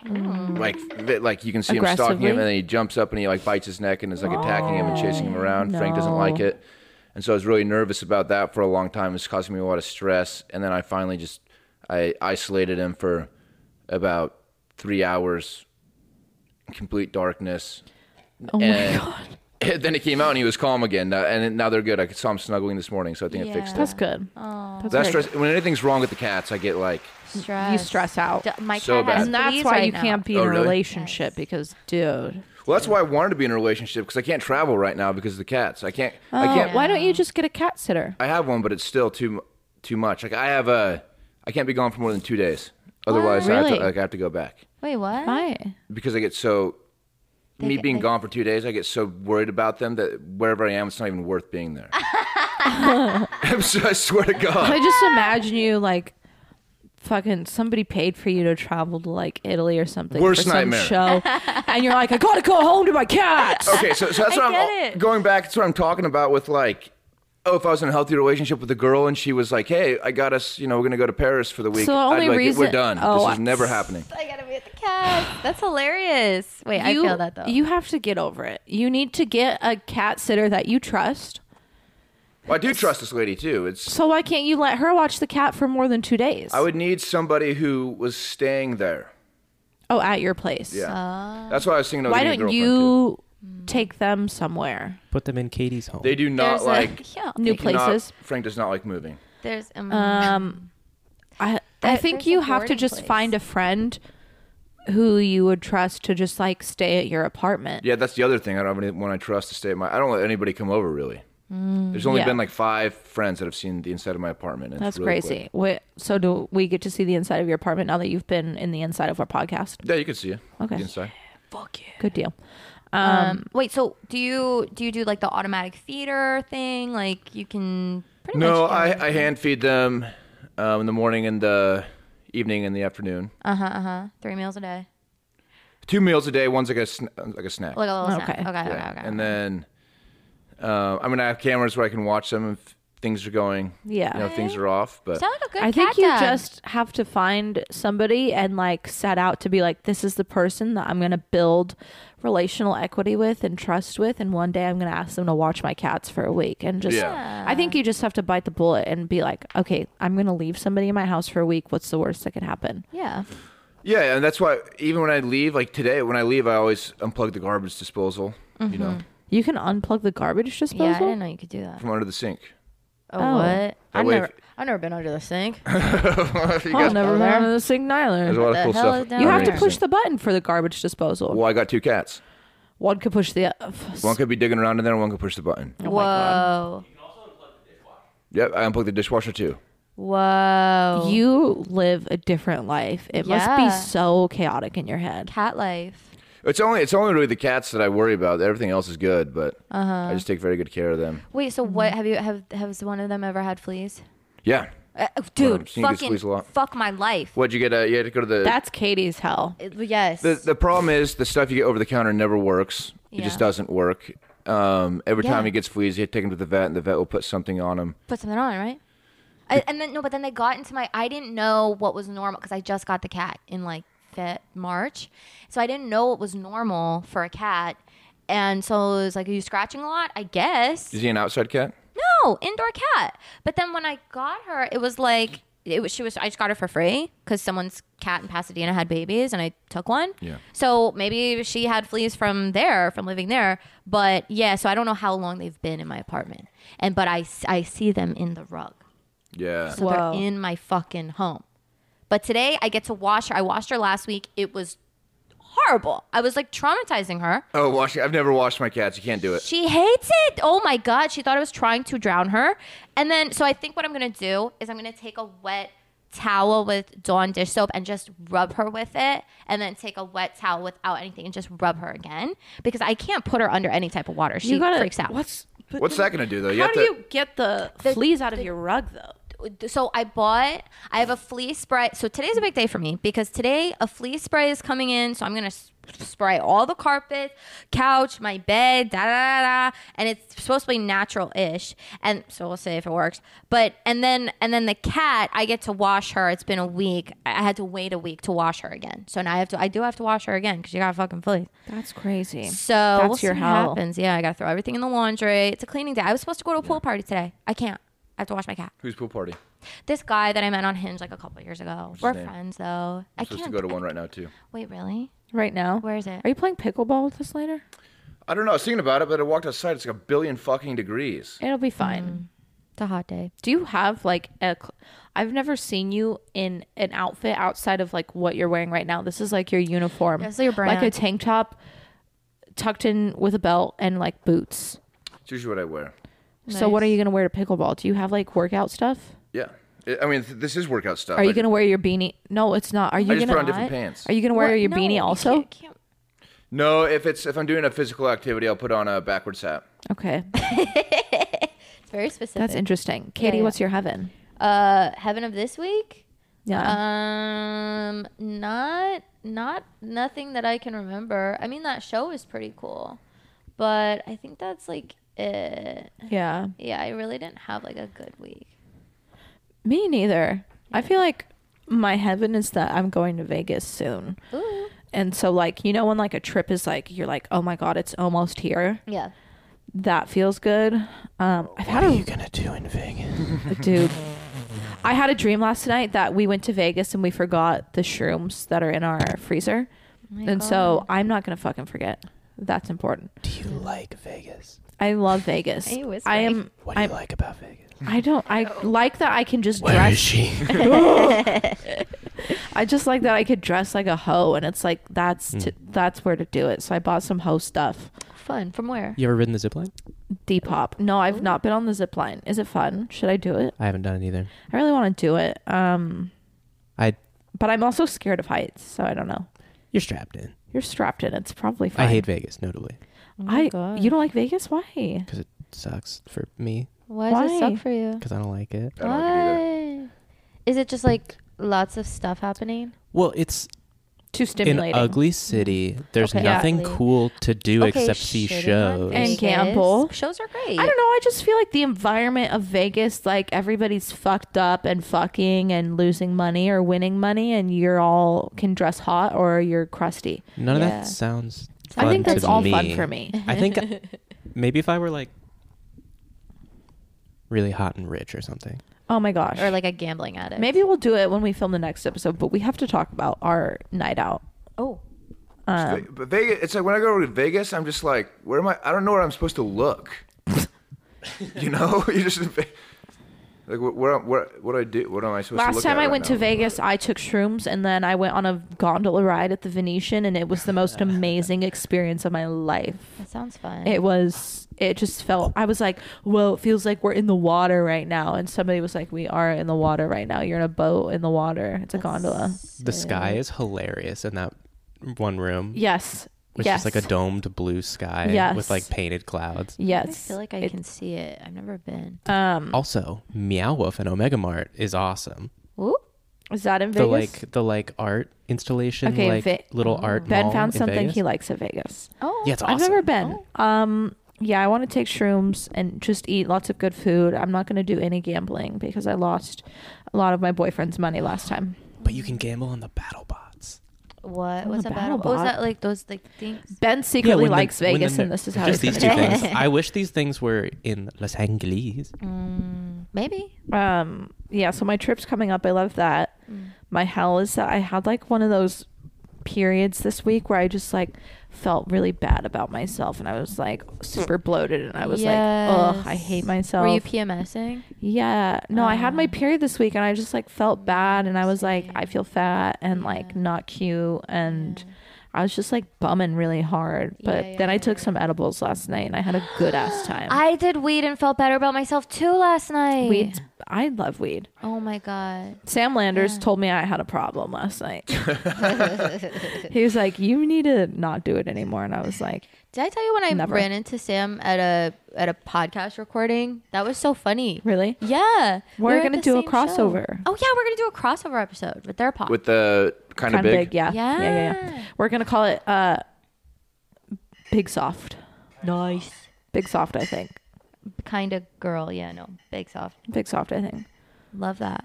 S4: Like, th- like you can see him stalking him,
S2: Aggressively?
S4: and then he jumps up and he like bites his neck and is like attacking him and chasing him around. Frank doesn't like it, and so I was really nervous about that for a long time. It was causing me a lot of stress, and then I finally just I isolated him for about three hours, complete darkness,
S2: oh my
S4: and-
S2: god.
S4: then it came out and he was calm again. Now- And now they're good. I saw him snuggling this morning, so I think it fixed
S3: Yeah.
S4: it.
S2: That's good.
S3: oh.
S2: That's
S4: That's
S2: good.
S4: stress. When anything's wrong with the cats, I get like,
S3: Stress.
S2: You stress out.
S3: D- my
S4: So
S3: cat has
S4: bad.
S2: and that's
S3: fleas
S2: why
S3: right
S2: you
S3: now.
S2: can't be
S4: Oh,
S2: in a
S4: really?
S2: relationship because, dude.
S4: well, that's why I wanted to be in a relationship because I can't travel right now because of the cats. I can't. I
S3: Oh,
S4: can't.
S2: Why don't you just get a cat sitter?
S4: I have one, but it's still too mu- too much. Like I have a, I can't be gone for more than two days. Otherwise, I, have
S2: Really?
S4: to, like, I have to go back
S3: Wait, what?
S2: Why?
S4: because I get so. me
S3: get-
S4: being
S3: they-
S4: gone for two days, I get so worried about them that wherever I am, it's not even worth being there. I'm so, I swear to God.
S2: I just imagine you like fucking somebody paid for you to travel to like Italy or something
S4: Worst
S2: for some
S4: nightmare.
S2: show and you're like I gotta go home to my cats
S4: Okay, so, so that's
S3: I
S4: what I'm
S3: get it.
S4: going back. That's what I'm talking about with like, oh, if I was in a healthy relationship with a girl and she was like, hey, I got us, you know, we're gonna go to Paris for the week.
S2: So the
S4: I'd be
S2: only
S4: like,
S2: reason-
S4: we're done.
S2: oh,
S4: this is
S2: I-
S4: never happening.
S3: I gotta be at the cat. That's hilarious. Wait, I
S2: You-
S3: feel that though.
S2: you have to get over it you need to get a cat sitter that you trust
S4: Well, I do trust this lady too. It's
S2: so why can't you let her watch the cat for more than two days
S4: I would need somebody who was staying there.
S2: oh at your place
S4: Yeah, that's why I was thinking. Of
S2: why
S4: getting a
S2: don't
S4: girlfriend, too.
S2: you take them somewhere
S5: Put them in Katie's home.
S4: They do not
S3: There's
S4: like
S3: a, yeah,
S2: new
S4: they do not-
S2: places
S4: Frank does not like moving.
S3: there's um,
S2: Um, I I
S3: There-
S2: think
S3: there's a
S2: you have to
S3: boarding
S2: just
S3: place.
S2: find a friend who you would trust to just like stay at your apartment.
S4: Yeah, that's the other thing. I don't have anyone I trust to stay at my. I don't let anybody come over really. There's only
S2: Mm, Yeah.
S4: been like five friends that have seen the inside of my apartment. and it's
S2: That's
S4: really quick.
S2: crazy. Wait, so do we get to see the inside of your apartment now that you've been in the inside of our podcast?
S4: Yeah, you can see it.
S2: Okay.
S4: the inside.
S3: fuck you.
S2: Good deal.
S3: Um, wait, so do you do you do like the automatic theater thing? Like you can pretty
S4: No,
S3: much. do
S4: I,
S3: it.
S4: I hand feed them um, in the morning and the evening and the afternoon.
S3: three meals a day.
S4: Two meals a day. One's like a sn- like a snack.
S3: Like a little snack.
S2: Okay.
S3: Okay, okay,
S4: Yeah.
S3: okay.
S4: And then, uh, I mean, I have cameras where I can watch them if things are going.
S2: Yeah.
S4: You know, if things are off. But
S3: Sound like a good
S2: I think
S3: cat
S2: you
S3: dad.
S2: just have to find somebody and like set out to be like, this is the person that I'm going to build relational equity with and trust with. And one day I'm going to ask them to watch my cats for a week. And just,
S4: Yeah.
S2: I think you just have to bite the bullet and be like, okay, I'm going to leave somebody in my house for a week. What's the worst that could happen?
S3: yeah.
S4: yeah, and that's why even when I leave, like today, when I leave, I always unplug the garbage disposal. You know,
S3: Mm-hmm.
S2: You can unplug the garbage disposal.
S3: Yeah, I didn't know you could do that.
S4: from under the sink.
S3: Oh,
S2: Oh.
S3: what? I've
S4: way if- Oh
S3: never I've never been under the sink.
S4: You
S2: I'll
S4: guys-
S2: never
S3: go
S2: mind
S3: there.
S2: the sink neither.
S4: There's a lot
S3: Oh, the
S4: of cool
S3: hell
S4: stuff.
S3: is down
S2: You
S4: under
S2: have to
S4: the
S2: push
S4: sink.
S2: the button for the garbage disposal.
S4: Well, I got two cats.
S2: One could push the.
S4: One could be digging around in there, and one could push the button.
S3: Whoa.
S4: Yep, I unplugged the dishwasher too.
S3: Whoa.
S2: You live a different life. It must
S3: Yeah.
S2: be so chaotic in your head.
S3: cat life.
S4: It's only it's only really the cats that I worry about. Everything else is good, but
S2: Uh-huh.
S4: I just take very good care of them.
S3: Wait, so what have you have has one of them ever had fleas?
S4: Yeah.
S3: Uh,
S4: One of them
S3: dude,
S4: sneakers
S3: fucking
S4: fleas a lot.
S3: fuck my life.
S4: What'd you get? Uh, you had to go to the
S2: That's Katie's hell.
S3: It- yes.
S4: The the problem is the stuff you get over the counter never works. It just
S3: Yeah.
S4: doesn't work. Um, every
S3: Yeah.
S4: time he gets fleas, you take him to the vet, and the vet will put something on him.
S3: put something on, right? I, and then no, but then they got into my. I didn't know what was normal because I just got the cat in like Fe- March, so I didn't know what was normal for a cat. And so it was like, are you scratching a lot? I guess.
S4: Is he an outside cat?
S3: No, indoor cat. But then when I got her, it was like it was. She was. I just got her for free because someone's cat in Pasadena had babies, and I took one.
S4: Yeah.
S3: So maybe she had fleas from there, from living there. But yeah, so I don't know how long they've been in my apartment, and but I s- I see them in the rug,
S4: Yeah.
S3: so
S2: Whoa.
S3: they're in my fucking home. But today I get to wash her. I washed her last week. It was horrible. I was like traumatizing her.
S4: Oh, washing. I've never washed my cats. You can't do it.
S3: She hates it. Oh my god, she thought I was trying to drown her. And then so I think what I'm going to do is I'm going to take a wet towel with Dawn dish soap and just rub her with it and then take a wet towel without anything and just rub her again because I can't put her under any type of water. She freaks out.
S2: What's but
S4: What's that gonna do though? You
S2: how
S4: have
S2: do
S4: to-
S2: you get the, fleas out of your rug though?
S3: so I bought. I have a flea spray. So today's a big day for me because today a flea spray is coming in. So I'm gonna s- spray all the carpet, couch, my bed, da da da da, and it's supposed to be natural-ish. And so we'll see if it works. But and then and then the cat, I get to wash her. It's been a week. I I had to wait a week to wash her again. So now I have to. I do have to wash her again because she got fucking fleas.
S2: That's crazy.
S3: So
S2: That's
S3: we'll see
S2: your
S3: what
S2: hell.
S3: happens. Yeah, I gotta throw everything in the laundry. It's a cleaning day. I was supposed to go to a pool party today. I can't. I have to wash my cat
S4: Who's pool party?
S3: this guy that I met on Hinge like a couple years ago. We're
S4: name?
S3: friends though. I
S4: I'm supposed
S3: can't
S4: to go to one right now too.
S3: Wait, really?
S2: Right now,
S3: Where is it?
S2: Are you playing pickleball with us later?
S4: I don't know. I was thinking about it, but I walked outside. It's like a billion fucking degrees.
S2: It'll be
S3: Mm.
S2: fine.
S3: It's a hot day.
S2: Do you have like a? cl- I've never seen you in an outfit outside of like what you're wearing right now. This is like your uniform.
S3: This is your brand.
S2: Like a tank top, tucked in with a belt and like boots.
S4: It's usually what I wear.
S2: So what are
S3: Nice.
S2: you gonna wear to pickleball? Do you have like workout stuff?
S4: Yeah. I- I mean, th- this is workout stuff.
S2: Are you
S4: I-
S2: gonna wear your beanie? No, it's not. Are you
S4: just
S2: gonna
S4: put on different
S2: not?
S4: pants.
S2: Are you gonna wear
S3: What?
S2: your
S3: No,
S2: beanie
S3: you
S2: also?
S3: can't- can't-
S4: No, if it's if I'm doing a physical activity, I'll put on a backwards hat.
S2: Okay,
S3: It's very specific.
S2: that's interesting. Katie,
S3: yeah.
S2: what's your heaven?
S3: uh, heaven of this week.
S2: Yeah,
S3: Um, not not nothing that I can remember. I mean, that show was pretty cool, but I think that's like it.
S2: yeah.
S3: Yeah, I really didn't have like a good week.
S2: Me neither. I feel like my heaven is that I'm going to Vegas soon.
S3: Ooh.
S2: And so like, you know when like a trip is like you're like, "Oh my god, it's almost here."
S3: Yeah. Oh
S2: That feels good. Um I've had
S5: What are you
S2: a
S5: gonna do in Vegas?
S2: dude. I had a dream last night that we went to Vegas and we forgot the shrooms that are in our freezer. and so I'm not going to fucking forget. That's important.
S5: Do you like Vegas?
S2: I love Vegas.
S3: Are you
S2: I
S3: whispering? Oh.
S2: am
S5: What do you
S2: I
S5: like about Vegas?
S2: I don't I like that I can just
S5: Where is
S2: dress
S5: she?
S2: I just like that I could dress like a hoe, and it's like that's
S5: Hmm.
S2: to, that's where to do it. So I bought some hoe stuff.
S3: Fun. From where?
S5: you ever ridden the zip line?
S2: Depop. No, I've not been on the zip line. Is it fun? Should I do it?
S5: I haven't done it either.
S2: I really want to do it. Um,
S5: I
S2: but I'm also scared of heights, so I don't know.
S5: you're strapped in.
S2: You're strapped in. It's probably fine.
S5: I hate Vegas, notably,
S2: I
S3: Oh God.
S2: you don't like Vegas? Why?
S5: because it sucks for me
S3: Why does it
S2: Why?
S3: suck for you?
S5: because I don't like it.
S4: I don't like it either.
S3: Why? Is it just like lots of stuff happening?
S5: Well, it's
S2: Too
S5: an
S2: stimulating.
S5: ugly city. There's
S3: Okay.
S5: nothing
S3: Exactly.
S5: cool to do
S3: Okay,
S5: except see
S3: shitting on
S5: shows.
S2: And
S3: Vegas.
S2: gamble.
S3: Shows are great.
S2: I don't know. I just feel like the environment of Vegas, like everybody's fucked up and fucking and losing money or winning money, and you're all can dress hot or you're crusty.
S5: None of
S3: Yeah.
S5: that sounds.
S2: I
S5: fun
S2: think that's
S5: to
S2: all
S5: me.
S2: fun for me.
S5: I think maybe if I were like really hot and rich or something.
S2: Oh my gosh.
S3: Or like a gambling addict.
S2: Maybe we'll do it when we film the next episode, but we have to talk about our night out.
S3: Oh.
S2: Um,
S4: But Vegas, it's like when I go to Vegas, I'm just like, where am I? I don't know where I'm supposed to look. you know, you just like wh- where, where what do I do? What am I supposed to
S2: last
S4: look
S2: time
S4: at
S2: I
S4: right
S2: went to
S4: now?
S2: Vegas, I took shrooms and then I went on a gondola ride at the Venetian, and it was the most amazing experience of my life.
S3: That sounds fun.
S2: It was, it just felt, I was like, well, it feels like we're in the water right now. And somebody was like, we are in the water right now. You're in a boat in the water. It's a gondola.
S5: The sky is hilarious in that one room.
S2: Yes.
S5: Which
S2: yes.
S5: is like a domed blue sky
S2: Yes.
S5: with like painted clouds.
S2: Yes.
S3: I feel like I
S2: It-
S3: can see it. I've never been.
S2: Um,
S5: Also, Meow Wolf and Omega Mart is awesome.
S3: Ooh.
S2: is that in
S5: The
S2: Vegas?
S5: like the like art installation,
S2: Okay,
S5: like
S2: Ve-
S5: little art.
S2: ben
S5: mall
S2: found
S5: in
S2: something
S5: Vegas.
S2: he likes at Vegas.
S3: Oh.
S5: Yeah, it's awesome.
S2: I've never been. Um, yeah, I want to take shrooms and just eat lots of good food. I'm not going to do any gambling because I lost a lot of my boyfriend's money last time.
S5: But you can gamble on the battle bots.
S3: What?
S2: Oh,
S3: What's
S2: the
S3: a battle?
S2: BattleBot.
S3: What was that like those like things?
S2: Ben secretly
S5: when the-
S2: likes
S5: when the
S2: Vegas,
S5: ne-
S2: and this is how
S5: just
S2: he's
S5: these two
S2: gonna
S5: things.
S2: do it.
S5: I wish these things were in Los Angeles.
S3: Mm. Maybe.
S2: Um, yeah, so my trip's coming up. I love that.
S3: Mm.
S2: My hell is that I had like one of those periods this week where I just like felt really bad about myself, and I was like super bloated, and I was like, ugh, I hate myself.
S3: Were you PMSing?
S2: Yeah. No, I had my
S3: Ah.
S2: period this week and I just like felt bad and I was like, I feel fat and like
S3: Yeah.
S2: not cute and I was just like bumming really hard. But
S3: Yeah,
S2: then
S3: yeah,
S2: I took
S3: yeah.
S2: some edibles last night and I had a good ass time.
S3: I did weed and felt better about myself too last night.
S2: Weed's, I love weed.
S3: Oh my god.
S2: Sam Landers told me I had a problem last night. he was like, You need to not do it anymore. And I was like,
S3: Did I tell you when I
S2: Never.
S3: ran into Sam at a at a podcast recording? That was so funny.
S2: Really?
S3: Yeah. We
S2: We're
S3: at
S2: gonna
S3: the
S2: do a
S3: same show.
S2: crossover.
S3: Oh yeah, we're gonna do a crossover episode with their podcast.
S4: with the kind of
S2: Kinda
S4: big.
S2: yeah. yeah. Yeah, yeah.
S3: Yeah.
S2: We're going to call it uh, Big Soft.
S3: nice.
S2: Big Soft, I think.
S3: Kind of girl. Yeah. No. Big soft.
S2: Big Soft, I think.
S3: Love that.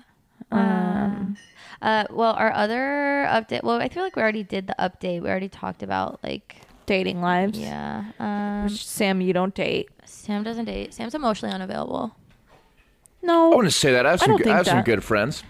S3: Um, uh, well, our other update. Well, I feel like we already did the update. We already talked about like
S2: Dating lives.
S3: yeah. Um,
S2: Which, Sam, you don't date.
S3: Sam doesn't date. Sam's emotionally unavailable.
S2: Oh, No.
S4: I want to say that I have some
S2: don't
S4: good,
S2: think
S4: I have some
S2: that.
S4: good friends.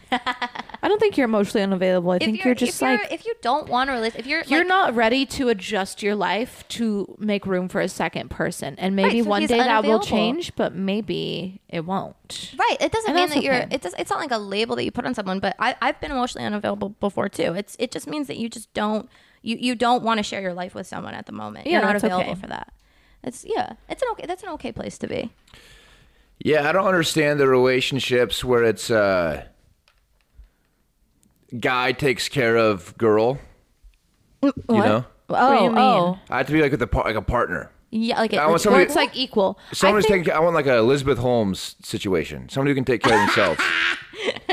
S2: I don't think you're emotionally unavailable. I
S3: If
S2: think
S3: you're,
S2: you're, just
S3: if you're,
S2: like
S3: if you don't want to release, if you're
S2: you're
S3: like-
S2: not ready to adjust your life to make room for a second person, and maybe
S3: so
S2: one
S3: he's
S2: day that will
S3: unavailable.
S2: change, but maybe it won't.
S3: Right. It doesn't
S2: And
S3: mean
S2: that's
S3: that you're.
S2: okay.
S3: It does, It's not like a label that you put on someone. But I, I've been emotionally unavailable before too. It's. It just means that you just don't. You you don't want to share your life with someone at the moment.
S2: Yeah,
S3: you're not
S2: that's
S3: available
S2: okay.
S3: for that. It's yeah. It's an okay. That's an okay place to be.
S4: Yeah, I don't understand the relationships where it's uh guy takes care of girl.
S2: Mm,
S4: You know?
S3: Oh,
S2: do you mean?
S3: oh,
S4: I have to be like with a par- like a partner.
S3: yeah. Like it,
S4: I want
S3: like-
S2: Or
S4: somebody-
S2: it's like equal.
S4: Someone
S2: I
S4: who's
S2: think-
S4: taking. I want like a Elizabeth Holmes situation. Someone who can take care of themselves.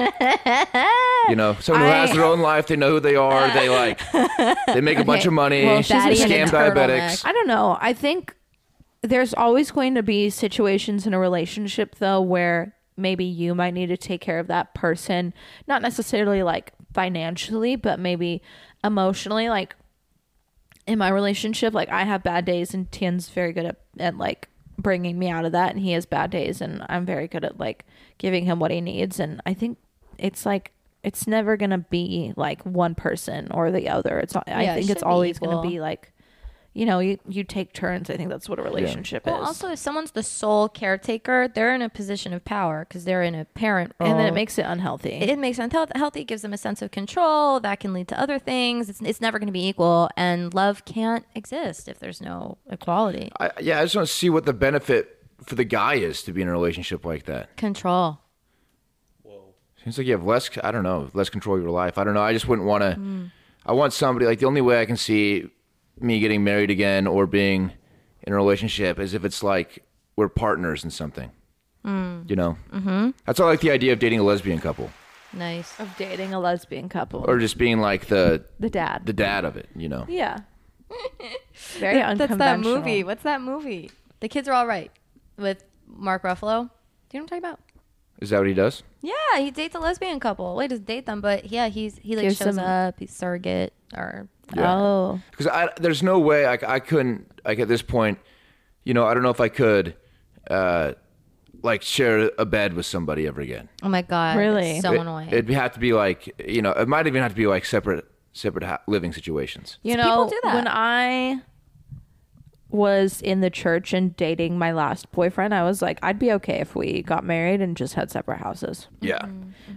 S4: you know, someone who has
S3: I-
S4: their own life. They know who they are. They like. They make a bunch of money.
S2: Well, she's
S3: Daddy in a
S4: scam diabetics.
S3: turtleneck.
S2: I don't know. I think there's always going to be situations in a relationship though where maybe you might need to take care of that person, not necessarily like financially, but maybe emotionally like in my relationship, like I have bad days and Tian's very good at, at like bringing me out of that and he has bad days and I'm very good at like giving him what he needs and I think it's like it's never going to be like one person or the other. It's not,
S3: Yeah,
S2: I
S3: it
S2: think
S3: should
S2: it's
S3: be
S2: always going to
S3: equal.
S2: be like you know, you, you take turns. I think that's what a relationship
S3: Well,
S2: is.
S3: also, if someone's the sole caretaker, they're in a position of power because they're in a parent
S4: Oh.
S3: role.
S2: and then it makes it unhealthy.
S3: it makes them health- healthy. It gives them a sense of control that can lead to other things. It's, it's never going to be equal, and love can't exist if there's no equality.
S4: I, yeah, I just want to see what the benefit for the guy is to be in a relationship like that.
S3: Control.
S4: Seems like you have less. I don't know, less control of your life. I don't know. I just wouldn't want to. I want somebody like the only way I can see me getting married again or being in a relationship is if it's like we're partners in something. You know, mm-hmm. that's all. I Like the idea of dating a lesbian couple
S3: Nice.
S2: of dating a lesbian couple.
S4: or just being like the
S2: the dad.
S4: the dad of it. You know.
S2: yeah. Very
S3: That's
S2: unconventional.
S3: that movie. What's that movie? The kids are all right with Mark Ruffalo. Do you know what I'm talking about?
S4: Is that what he does?
S3: Yeah, he dates a lesbian couple. Wait, does date them? But yeah, he's he like
S2: Gives
S3: shows
S2: them-
S3: up. He's surrogate or
S2: Oh,
S4: because I there's no way I, I couldn't like at this point, you know I don't know if I could, uh, like share a bed with somebody ever again.
S3: oh my god,
S2: Really?
S3: it's so
S4: it,
S3: annoying.
S4: It'd have to be like you know it might even have to be like separate separate ha- living situations.
S2: you
S3: people
S2: know
S3: do that.
S2: when I was in the church and dating my last boyfriend, I was like, I'd be okay if we got married and just had separate houses,
S4: Yeah,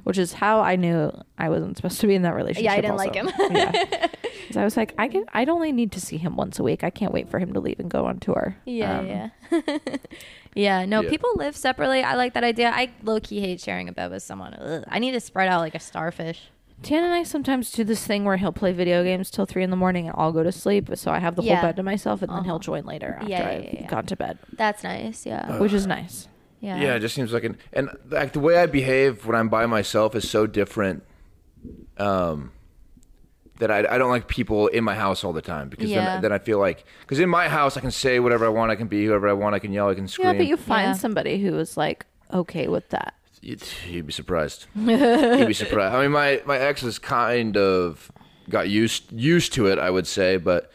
S2: which is how I knew I wasn't supposed to be in that relationship.
S3: yeah, I didn't like
S2: also.
S3: him.
S2: yeah. 'Cause I was like, I can, I'd only need to see him once a week. I can't wait for him to leave and go on tour.
S3: Yeah,
S2: Um,
S3: yeah. yeah, no,
S4: Yeah.
S3: people live separately. I like that idea. I low key hate sharing a bed with someone. Ugh. I need to spread out like a starfish.
S2: Tan and I sometimes do this thing where he'll play video games till three in the morning and I'll go to sleep. So I have the
S3: Yeah.
S2: whole bed to myself and then he'll join later after
S3: Yeah, yeah,
S2: I've
S3: yeah, yeah.
S2: gone to bed,
S3: That's nice. Yeah.
S4: Uh,
S2: which is nice.
S3: yeah.
S4: yeah. it just seems like an and like the way I behave when I'm by myself is so different. Um. That I, I don't like people in my house all the time because
S3: Yeah.
S4: then, then I feel like because in my house I can say whatever I want I can be whoever I want I can yell I can scream
S2: Yeah, but you find
S3: Yeah.
S2: somebody who is like okay with that.
S4: You'd, you'd be surprised. you'd be surprised. I mean, my, my ex is kind of got used used to it, I would say. But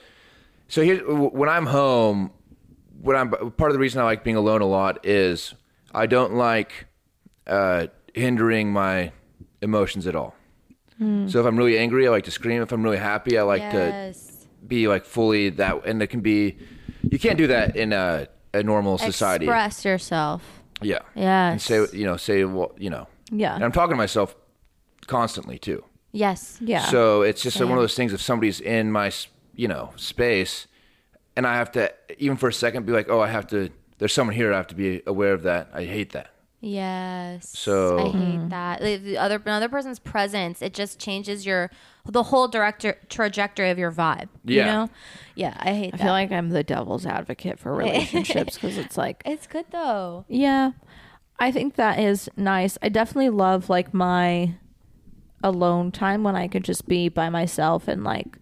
S4: so here, when I'm home, when I'm part of the reason I like being alone a lot is I don't like uh, hindering my emotions at all. So if I'm really angry, I like to scream. If I'm really happy, I like to
S3: Hmm. Yes.
S4: be like fully that. And it can be, you can't do that in a, a normal society.
S3: Express yourself.
S4: Yeah.
S3: Yes.
S4: And say you know say well you know.
S2: Yeah.
S4: And I'm talking to myself constantly too.
S3: Yes.
S2: Yeah.
S4: So it's just like one
S3: Same.
S4: of those things. If somebody's in my s- you know space, and I have to even for a second be like, oh, I have to. There's someone here. I have to be aware of that. I hate that.
S3: Yes.
S4: So-
S3: I hate
S2: Mm-hmm.
S3: that. Like, The other another person's presence, it just changes your the whole director trajectory of your vibe. You
S4: Yeah.
S3: know? Yeah, I hate
S2: I
S3: that.
S2: feel like I'm the devil's advocate for relationships because it's like
S3: it's good though.
S2: Yeah. I think that is nice. I definitely love like my alone time when I could just be by myself and like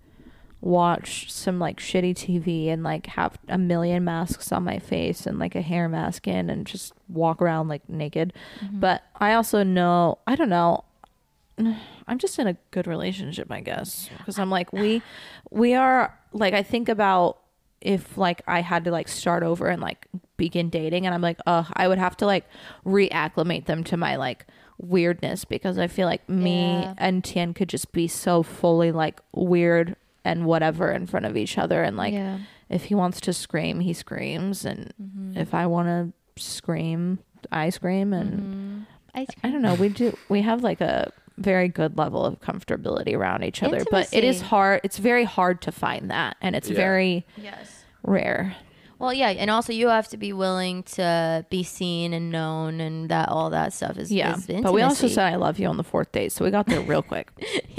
S2: watch some like shitty TV and like have a million masks on my face and like a hair mask in and just walk around like naked. But I also know, I don't know, I'm just in a good relationship, I guess, because I'm like we we are like I think about if like I had to like start over and like begin dating, and I'm like, ugh, I would have to like reacclimate them to my like weirdness because I feel like me
S3: Yeah.
S2: and Tian could just be so fully like weird and whatever in front of each other and like
S3: Yeah. Mm-hmm.
S2: if he wants to scream he screams and if I want to scream I scream and
S3: Mm-hmm. Ice
S2: I don't know we do we have like a very good level of comfortability around each other but it is
S3: Intimacy.
S2: hard it's very hard to find that and it's
S4: Yeah.
S2: very
S3: Yes.
S2: rare
S3: Well, yeah, and also you have to be willing to be seen and known, and that all that stuff is
S2: yeah
S3: Is
S2: but we also
S3: intimacy.
S2: said I love you on the fourth date so we got there real quick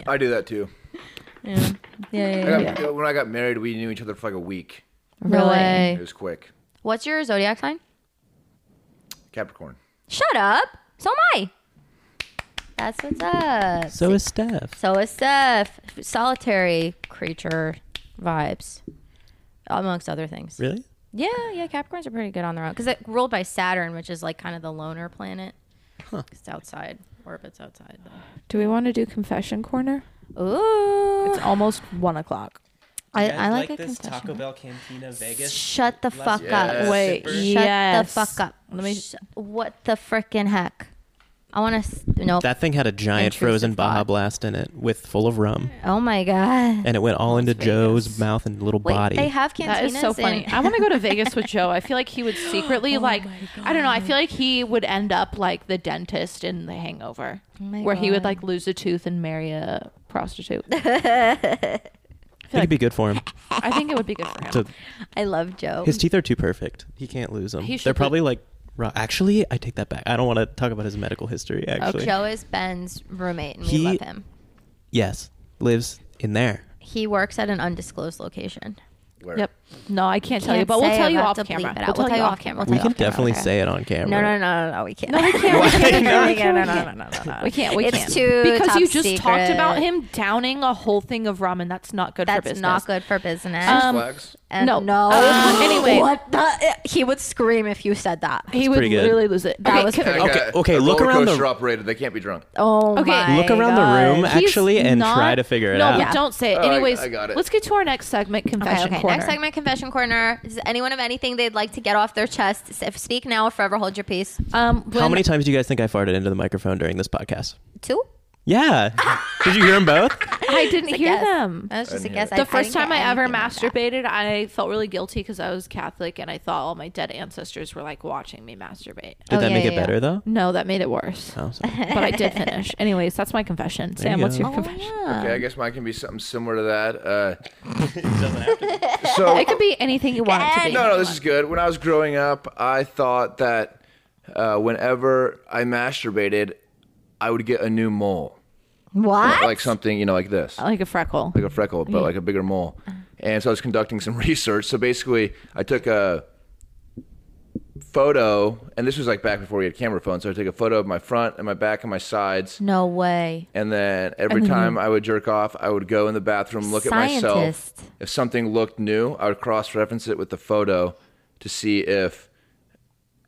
S4: I do that too.
S3: yeah, yeah,
S4: I got, When I got married, we knew each other for like a week.
S3: No
S2: Really.
S3: way.
S4: It was quick.
S3: What's your zodiac sign?
S4: Capricorn.
S3: Shut up. So am I. That's what's up.
S5: So is Steph.
S3: So is Steph. Solitary creature vibes, amongst other things.
S5: Really?
S3: Yeah, yeah. Capricorns are pretty good on their own because it ruled by Saturn, which is like kind of the loner planet. It's outside. Orbits outside. Though.
S2: do we want to do confession corner
S3: Ooh.
S2: It's almost one o'clock.
S3: I, I like, a
S5: this
S3: confession.
S5: Taco Bell Cantina Vegas.
S3: Shut the fuck
S4: Yes.
S3: up.
S2: Wait,
S5: Super.
S3: Shut
S2: Yes.
S3: the fuck up.
S2: Let me-
S3: Sh- what the freaking heck? I want to. No.
S5: That thing had a giant
S3: Intrusive
S5: frozen Baja
S3: thought.
S5: Blast in it with full of rum,
S3: oh my god.
S5: and it went all into Joe's mouth and little
S3: Wait,
S5: body.
S3: they have cantinas.
S2: That is so
S3: in- Oh
S2: funny. I want to go to Vegas with Joe. I feel like he would secretly like. I don't know. I feel like he would end up like the dentist in The Hangover,
S3: Oh my
S2: where he would
S3: God.
S2: like lose a tooth and marry a prostitute.
S5: I think it'd be good for him.
S2: I think it would be good for him.
S5: to-
S3: I love Joe.
S5: his teeth are too perfect. He can't lose them.
S2: He
S5: They're
S2: should be-
S5: probably like. raw- Actually, I take that back. I don't want to talk about his medical history. Actually,
S3: Oh, Joe is Ben's roommate, and we
S5: He-
S3: love him.
S5: yes, lives in there.
S3: He works at an undisclosed location.
S4: Where?
S2: yep. No, I can't, tell you,
S3: Can't
S2: but we'll
S3: say,
S2: tell you
S3: we'll
S2: off
S3: have to bleep
S2: camera.
S3: it out. We'll tell you off camera.
S5: we
S3: We'll tell you
S5: can
S3: off camera,
S5: definitely
S3: okay.
S5: say it on camera.
S3: No, no, no, no, no. We can't.
S2: No, we can't. We can't.
S3: No,
S2: We
S3: we
S2: can't.
S3: can't. No, no, no, no, no.
S2: We can't. We
S3: It's
S2: can't.
S3: too
S2: because
S3: top
S2: you just talked
S3: secret.
S2: about him downing a whole thing of ramen. That's not good for
S3: That's
S2: business.
S3: not good for business.
S2: Um,
S4: Flags.
S3: And-
S2: no.
S3: no.
S2: Uh, anyway.
S3: what the? He would scream if you said that.
S2: He would
S5: pretty good.
S2: literally lose it. That
S3: Okay,
S2: was
S4: I
S3: can-
S2: pretty
S4: got
S5: okay,
S4: a-
S5: okay,
S4: a
S5: look
S4: roller
S5: around the-
S4: coaster operated. They can't be drunk.
S3: Oh
S2: Okay,
S3: my
S5: Look around the room
S2: He's
S5: actually and
S2: not-
S5: try to figure it
S2: no,
S5: out.
S2: but
S3: Yeah.
S2: don't say it.
S4: Oh, I-
S2: Anyways,
S4: I got it.
S2: let's get to our next segment,
S3: Okay,
S2: confession
S3: okay.
S2: corner.
S3: Next segment, confession corner. Does anyone have anything they'd like to get off their chest? S- if- Speak now or forever hold your peace.
S2: Um,
S5: How
S2: when-
S5: many times do you guys think I farted into the microphone during this podcast?
S3: Two.
S5: Yeah. Did you hear them both?
S2: I didn't
S3: It's a
S2: hear
S3: guess.
S2: them.
S3: That was just a
S4: didn't hear
S3: guess.
S4: it.
S2: The first
S3: didn't
S2: time
S3: get
S2: I ever
S3: anything like that.
S2: masturbated, I felt really guilty because I was Catholic and I thought all my dead ancestors were like watching me masturbate.
S5: Did
S3: Oh, yeah,
S5: that make
S3: yeah,
S5: it
S3: yeah.
S5: better though?
S2: No, that made it worse.
S5: Oh, sorry.
S2: But I did finish. Anyways, that's my confession.
S5: you
S2: Sam, what's
S5: go.
S2: your
S5: Oh,
S2: confession?
S4: Okay, I guess mine can be something similar to that. Uh,
S2: It
S4: so
S2: could be anything you want it to be.
S4: no, no, this is good. When I was growing up, I thought that uh, whenever I masturbated, I would get a new mole,
S3: What?
S4: like something you know, like this.
S2: Like a freckle.
S4: like a freckle, but like a bigger mole. And so I was conducting some research. So basically, I took a photo, and this was like back before we had camera phones. So I took a photo of my front and my back and my sides.
S3: no way.
S4: And then every time I would jerk off, I would go in the bathroom, look at myself.
S3: Scientist.
S4: If something looked new, I would cross reference it with the photo to see if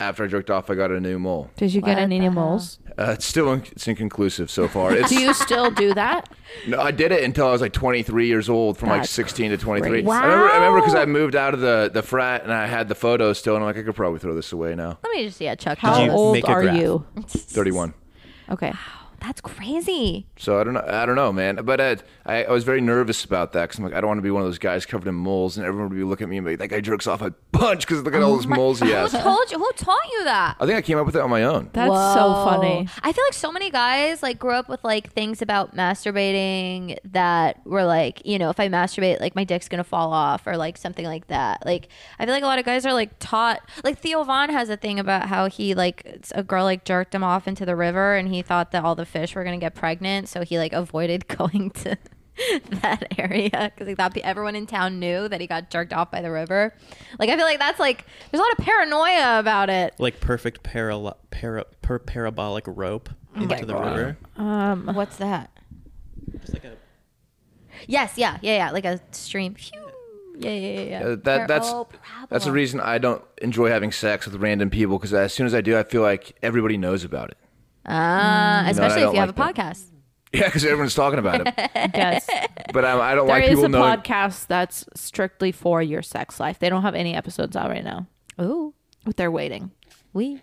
S4: after I jerked off, I got a new mole.
S2: Did you get
S3: What
S2: any
S3: the
S2: new
S3: hell?
S2: moles?
S4: Uh, it's still in, it's inconclusive so far. It's,
S2: Do you still do that?
S4: No, I did it until I was like 23 years old, from like
S2: That's
S4: 16 to 23.
S2: crazy.
S4: I remember- I remember because
S3: Wow.
S4: I moved out of the, the frat and I had the photos still, and I'm like, I could probably throw this away now.
S3: Let me just yeah, Chuck.
S2: How
S5: you
S2: old
S5: make a
S2: are
S5: graph?
S2: you?
S4: 31.
S2: Okay.
S3: That's crazy.
S4: So I don't know. I don't know, man. But uh, I, I was very nervous about that because I'm like, I don't want to be one of those guys covered in moles, and everyone would be looking at me and be like, that guy jerks off a bunch because look at
S2: Oh
S4: all those moles he has.
S3: Who told you? Who taught you that?
S4: I think I came up with it on my own.
S2: That's
S3: Whoa.
S2: so funny.
S3: I feel like so many guys like grew up with like things about masturbating that were like, you know, if I masturbate, like my dick's gonna fall off or like something like that. Like I feel like a lot of guys are like taught. Like Theo Vaughn has a thing about how he like it's- a girl like jerked him off into the river and he thought that all the fish were gonna get pregnant, so he like avoided going to. that area because like that pe- everyone in town knew that he got jerked off by the river like i feel like that's like there's a lot of paranoia about it
S5: Like perfect paralo- para- per- parabolic rope
S3: Oh
S5: into the river.
S2: Um,
S3: what's that
S5: Just like a
S3: Yes, yeah, yeah, yeah, like a stream. Phew. Yeah, yeah, yeah. yeah.
S4: Uh, that that's that's the reason I don't enjoy having sex with random people because as soon as I do, I feel like everybody knows about it.
S2: Uh,
S3: Ah, especially
S4: don't
S3: if you have
S4: like
S3: a
S4: that.
S3: podcast.
S4: Yeah, because everyone's talking about it.
S2: yes.
S4: But um, I, I don't
S2: There
S4: like
S2: is
S4: people
S2: a
S4: knowing.
S2: podcast that's strictly for your sex life. They don't have any episodes out right now,
S3: Ooh,
S2: but they're waiting.
S3: we.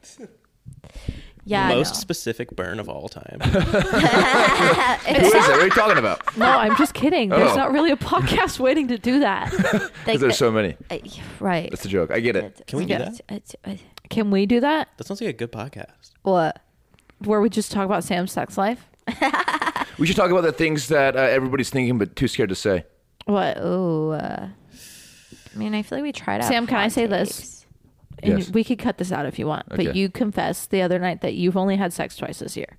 S3: Yeah, I
S5: most
S3: know.
S5: specific burn of all time.
S4: Who is it? What are you talking about?
S2: No, I'm just kidding. There's
S4: Oh.
S2: not really a podcast waiting to do that.
S3: Like,
S4: Because there's so many.
S3: uh, yeah, right.
S4: That's a joke. I get it.
S5: Can we do that?
S2: Can we do that?
S5: That sounds like a good podcast.
S3: What?
S2: Where we just talk about Sam's sex life?
S4: We should talk about the things that uh, everybody's thinking but too scared to say.
S2: What?
S3: Oh, uh, I mean, I feel like we tried out.
S2: Sam, can I
S3: hot
S2: say this?
S3: takes.
S2: And
S4: Yes.
S2: we could cut this out if you want, but
S4: Okay.
S2: you confessed the other night that you've only had sex twice this year,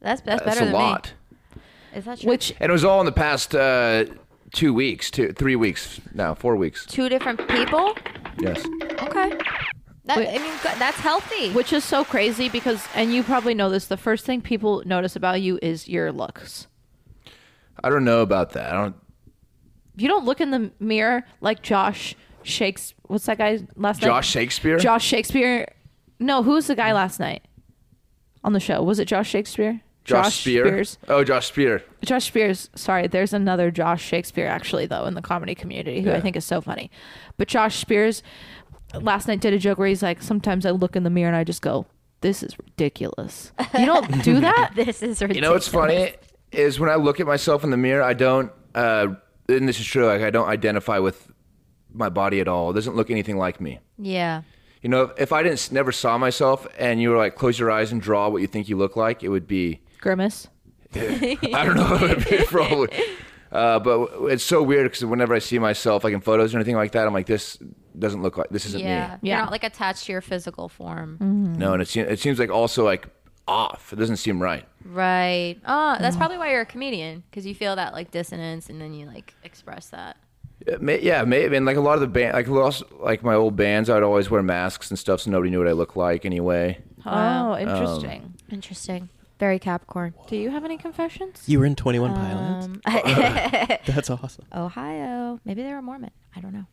S3: That's that's,
S4: That's
S3: better
S4: a
S3: than
S4: lot.
S3: me. Is that true?
S2: which
S4: And it was all in the past uh, two weeks, two, three weeks now, four weeks.
S3: two different people?
S4: Yes.
S3: Okay. That,
S2: Wait.
S3: I mean, go- that's healthy.
S2: which is so crazy because, and you probably know this, the first thing people notice about you is your looks.
S4: I don't know about that. I don't.
S2: You don't look in the mirror like Josh Shakespeare. What's that guy's last name?
S4: Josh Shakespeare?
S2: Josh Shakespeare. No, who was the guy last night on the show? Was it Josh Shakespeare?
S4: Josh, Spear?
S2: Spears.
S4: Oh, Josh Spear.
S2: Josh Spears, sorry, there's another Josh Shakespeare actually though in the comedy community who I think is so funny. But Josh Spears last night did a joke where he's like, Sometimes I look in the mirror and I just go, This is ridiculous. You don't do that?
S3: this is ridiculous.
S4: You know what's funny is when I look at myself in the mirror, I don't. Uh, and this is true. Like I don't identify with my body at all. It doesn't look anything like me.
S3: Yeah.
S4: You know, if, if I didn't never saw myself, and you were like, close your eyes and draw what you think you look like, it would be.
S2: Grimace.
S4: I don't know what it would be probably. Uh, but w- it's so weird because whenever I see myself, like in photos or anything like that, I'm like, this doesn't look like this isn't
S3: Yeah.
S2: Yeah. Mm-hmm.
S3: You're not like attached to your physical form.
S4: me. No, and it seems it seems like also like off. It doesn't seem right.
S3: Right. Oh, that's probably why you're a comedian because you feel that like dissonance and then you like express that.
S4: It Uh, may, yeah, maybe. And like a lot of the band, like lost, like my old bands, I'd always wear masks and stuff, so nobody knew what I looked like anyway.
S2: Oh, interesting.
S5: Um,
S3: Interesting. Very Capricorn.
S2: do you have any confessions?
S5: You were in Twenty One Pilots.
S3: Um,
S5: That's awesome.
S3: uh, Ohio. Maybe they were Mormon. I don't know.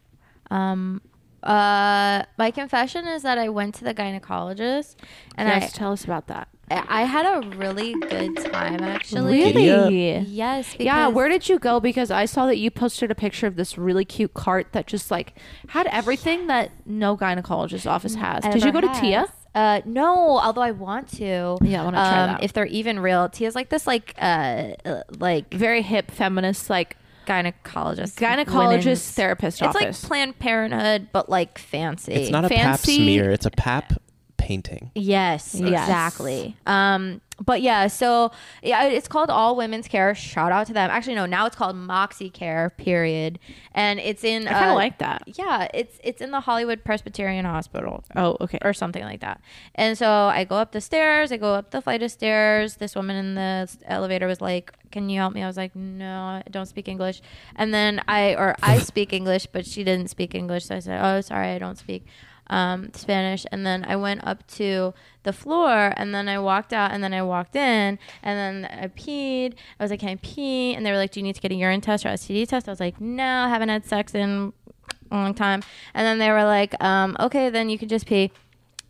S3: Um, uh, my confession is that I went to the gynecologist and
S2: yes, tell us about that.
S3: I I had a really good time actually.
S5: Giddy
S2: Yeah.
S3: Yes. Because,
S2: Yeah, where did you go? Because I saw that you posted a picture of this really cute cart that just like had everything that no gynecologist office has. Did you go
S3: Mm-hmm. ever
S2: to
S3: has.
S2: Tia?
S3: Uh, no, although I want to. Um,
S2: Yeah, I wanna try that.
S3: If they're even real, Tia's like this, like, uh, uh, like
S2: Very hip feminist, like
S3: gynecologist,
S2: Gynecologist
S3: women's-
S2: therapist
S3: It's
S2: office.
S3: like Planned Parenthood, but like fancy.
S5: It's not a pap
S2: Fancy-
S5: smear. It's a pap painting.
S3: Yes,
S2: Yes.
S3: exactly. Um, but yeah, so yeah, it's called All Women's Care. Shout out to them. Actually, no, now it's called Moxie Care. Period, and it's in.
S2: I kinda like that.
S3: Yeah, it's it's in the Hollywood Presbyterian Hospital
S2: Oh, okay.
S3: or something like that. And so I go up the stairs, I go up the flight of stairs. This woman in the s- elevator was like, "Can you help me?" I was like, "No, I don't speak English." And then I or I speak English, but she didn't speak English, so I said, "Oh, sorry, I don't speak um, Spanish." And then I went up to the floor, and then I walked out, and then I walked in, and then I peed. I was like, "Can I pee?" And they were like, "Do you need to get a urine test or STD test?" I was like, "No, I haven't had sex in." a long time and then they were like um, okay then you can just pee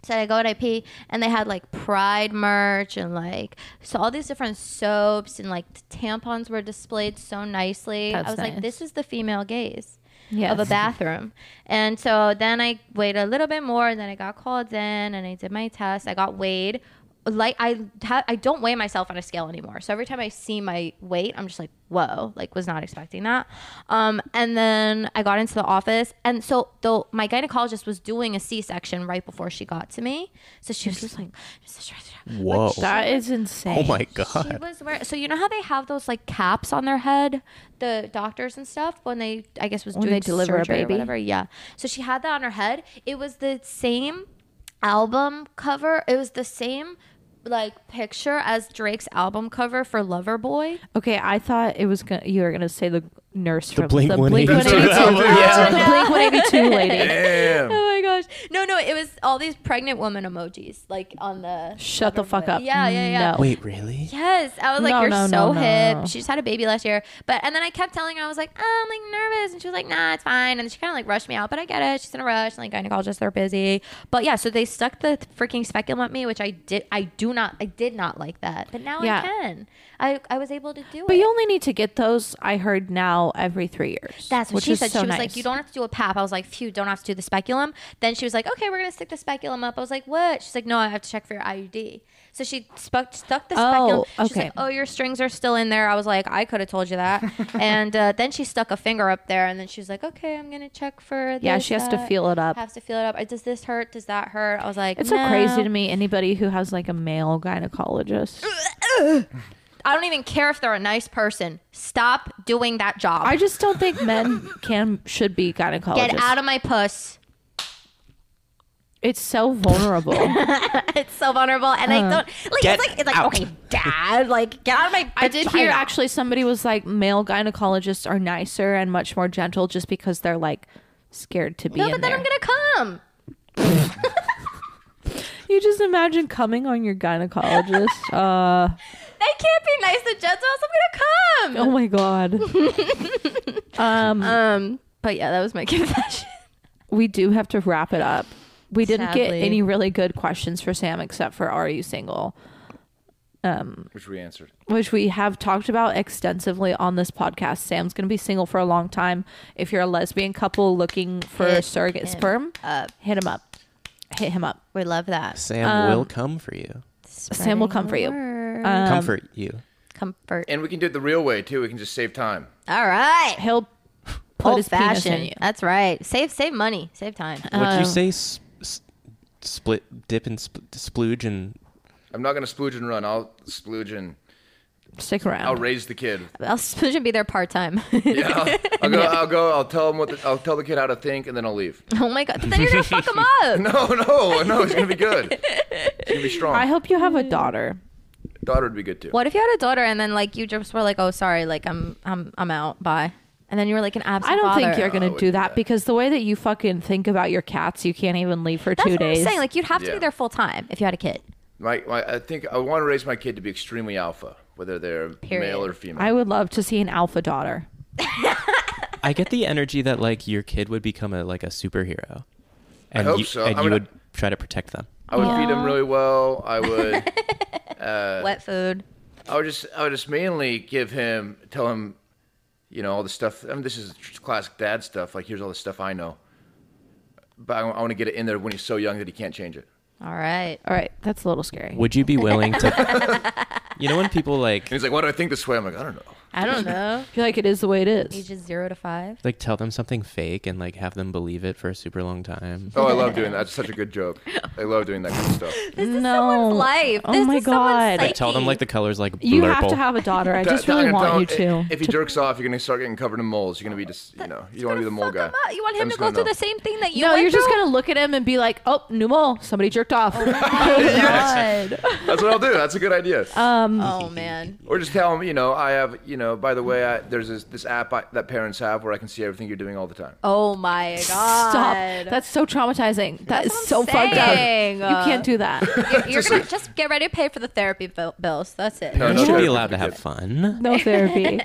S3: so I go and I pee, and they had like Pride merch and like so all these different soaps and like tampons were displayed so nicely.
S2: That's
S3: I was
S2: nice.
S3: like, this is the female gaze
S2: Yes.
S3: of a bathroom. And so then I waited a little bit more, and then I got called in, and I did my test. I got weighed. Like I, ha- I don't weigh myself on a scale anymore. So every time I see my weight, I'm just like, whoa! Like was not expecting that. Um, and then I got into the office, and so though my gynecologist was doing a C-section right before she got to me, so she was just like,
S5: Whoa.
S2: That is insane.
S5: Oh my
S3: she
S5: god.
S3: was wearing. So you know how they have those like caps on their head, the doctors and stuff when they, I guess, was
S2: When
S3: doing
S2: they deliver a
S3: surgery
S2: baby?
S3: Or whatever. Yeah. So she had that on her head. It was the same album cover. It was the same like picture as Drake's album cover for Loverboy.
S2: Okay, I thought it was gonna, you were gonna say the nurse from
S5: Blink
S2: the
S5: 182.
S2: Blink 182.
S4: Yeah.
S2: the Blink 182 lady.
S4: Damn.
S3: Oh my gosh! No, no, it was all these pregnant woman emojis like on the.
S2: Shut the fuck up.
S3: Yeah, yeah, yeah.
S2: No.
S5: Wait, really?
S3: Yes, I was like,
S2: No,
S3: "You're
S2: no,
S3: so
S2: no, no,
S3: hip."
S2: no.
S3: She just had a baby last year, but and then I kept telling her I was like, oh, "I'm like nervous," and she was like, "Nah, it's fine." And she kind of like rushed me out, but I get it. She's in a rush, and like gynecologists they're busy. But yeah, so they stuck the freaking speculum at me, which I did. I do not. I did not like that, but now
S2: Yeah.
S3: I can. I I was able to do
S2: But
S3: it.
S2: you only need to get those. I heard now every three years.
S3: That's what
S2: which
S3: she
S2: is
S3: said.
S2: so
S3: she was
S2: nice.
S3: like, "You don't have to do a pap." I was like, "Phew, don't have to do the speculum." Then then she was like, "Okay, we're gonna stick the speculum up." I was like, "What?" She's like, "No, I have to check for your IUD." So she spuck, stuck the speculum.
S2: Oh,
S3: She's like,
S2: okay.
S3: "Oh, your strings are still in there." I was like, "I could have told you that." and uh, then she stuck a finger up there, and then she was like, "Okay, I'm gonna check for."
S2: Yeah,
S3: this,
S2: she has to
S3: that.
S2: feel it up.
S3: Has to feel it up. Uh, Does this hurt? Does that hurt? I was like,
S2: It's so crazy
S3: "No."
S2: to me. Anybody who has like a male gynecologist.
S3: I don't even care if they're a nice person. Stop doing that job.
S2: I just don't think men can should be gynecologists.
S3: Get out of my puss.
S2: it's so vulnerable.
S3: It's so vulnerable, and
S2: Uh-huh.
S3: I don't like.
S5: Get
S3: it's like it's like
S5: out.
S3: okay, dad, like get out of my.
S2: I did hear
S3: vagina.
S2: actually somebody was like male gynecologists are nicer and much more gentle just because they're like scared to be
S3: No,
S2: in
S3: but then
S2: there.
S3: I'm gonna come.
S2: you just imagine coming on your gynecologist. uh,
S3: They can't be nice to gentle. so I'm gonna
S2: oh my god. um,
S3: come. Um, but yeah, that was my confession.
S2: we do have to wrap it up. We didn't get
S3: Sadly.
S2: any really good questions for Sam except for are you single?
S4: which we answered.
S2: which we have talked about extensively on this podcast. Sam's going to be single for a long time. If you're a lesbian couple looking for
S3: Hit
S2: surrogate sperm,
S3: up.
S2: hit him up. Hit him up.
S3: We love that.
S5: Sam
S3: Um,
S5: will come for you.
S2: Sam will come for you. Uh,
S5: Comfort you.
S3: Comfort.
S4: And we can do it the real way too. We can just save time.
S3: All right.
S2: He'll put
S3: Old
S2: his penis in
S3: fashioned.
S2: you.
S3: That's right. Save save money. Save time.
S2: Um,
S5: Would you say s- s- split, dip, and spl- splooge and
S4: I'm not gonna splooge and run. I'll splooge and
S2: Stick
S4: I'll
S2: around.
S4: raise the kid.
S3: I'll should be there part time.
S4: Yeah, I'll, I'll go. I'll go. I'll tell him what. The, I'll tell the kid how to think, and then I'll leave.
S3: oh my god. But then you're gonna fuck him up.
S4: No, no, no. It's gonna be good. It's gonna be strong.
S2: I hope you have
S3: Mm.
S2: a daughter.
S4: Daughter would be good too.
S3: What if you had a daughter and then like you just were like, oh sorry, like I'm I'm I'm out. Bye. And then you were like an absent
S2: I don't think
S3: father.
S2: you're going
S4: Oh, I
S2: to
S4: wouldn't
S2: do
S4: do
S2: that
S4: that.
S2: because the way that you fucking think about your cats, you can't even leave for
S3: That's
S2: two
S3: what
S2: days.
S3: I'm saying. Like you'd have to
S4: Yeah.
S3: be there full time if you had a kid.
S4: My, my, I think I want to raise my kid to be extremely alpha, whether they're male or female.
S2: I would love to see an alpha daughter.
S5: I get the energy that like your kid would become a like a superhero, and
S4: hope
S5: you,
S4: so.
S5: and
S4: I
S5: you
S4: mean,
S5: would try to protect them.
S4: I would feed him really well. I would. Uh,
S3: Wet food.
S4: I would just. I would just mainly give him, tell him, you know, all the stuff. I mean, this is classic dad stuff. Like, here's all the stuff I know. But I, want to get it in there when he's so young that he can't change it.
S3: All right.
S2: All right, that's a little scary.
S5: Would you be willing to? you know when people like
S4: And he's like, "Why do I think this way?" I'm like, "I don't know."
S3: I don't know.
S2: I feel like it is the way it is.
S3: Ages zero to five.
S5: like tell them something fake and like have them believe it for a super long time.
S4: Oh, I love doing that. That's such a good joke. I love doing that kind of stuff.
S3: This is
S2: No.
S3: someone's life.
S2: Oh
S3: this
S2: my
S3: is someone's
S2: God. Like,
S5: Like tell them like the colors like
S2: You
S5: blurple.
S2: have to have a daughter. I just
S4: Tell-
S2: really
S4: tell-
S2: want you
S4: tell-
S2: to.
S4: If he jerks off, you're gonna start getting covered in moles. You're gonna be just, you know, you don't want to be the mole
S3: Fuck
S4: guy.
S3: him up. You want
S4: I'm
S3: him to
S4: just
S3: go
S4: gonna
S3: through
S4: know.
S3: the same thing that you
S2: no,
S3: went
S2: you're just
S3: through?
S2: gonna look at him and be like, "Oh, new mole. Somebody jerked off."
S3: Oh
S4: That's what I'll do. That's a good idea.
S3: Oh man.
S4: Or just tell them, you know, I have, you know, by the way, I, there's this, this app I, that parents have where I can see everything you're doing all the time.
S3: Oh my god.
S2: Stop. That's so traumatizing. That's
S3: what I'm
S2: so fucked up.
S3: saying.
S2: You can't do that.
S3: You're, you're gonna just get ready to pay for the therapy bill- bills. That's it.
S4: No,
S5: You
S4: no
S5: should be
S4: therapy
S5: allowed
S4: for
S5: to have
S4: kids.
S5: fun.
S2: No therapy.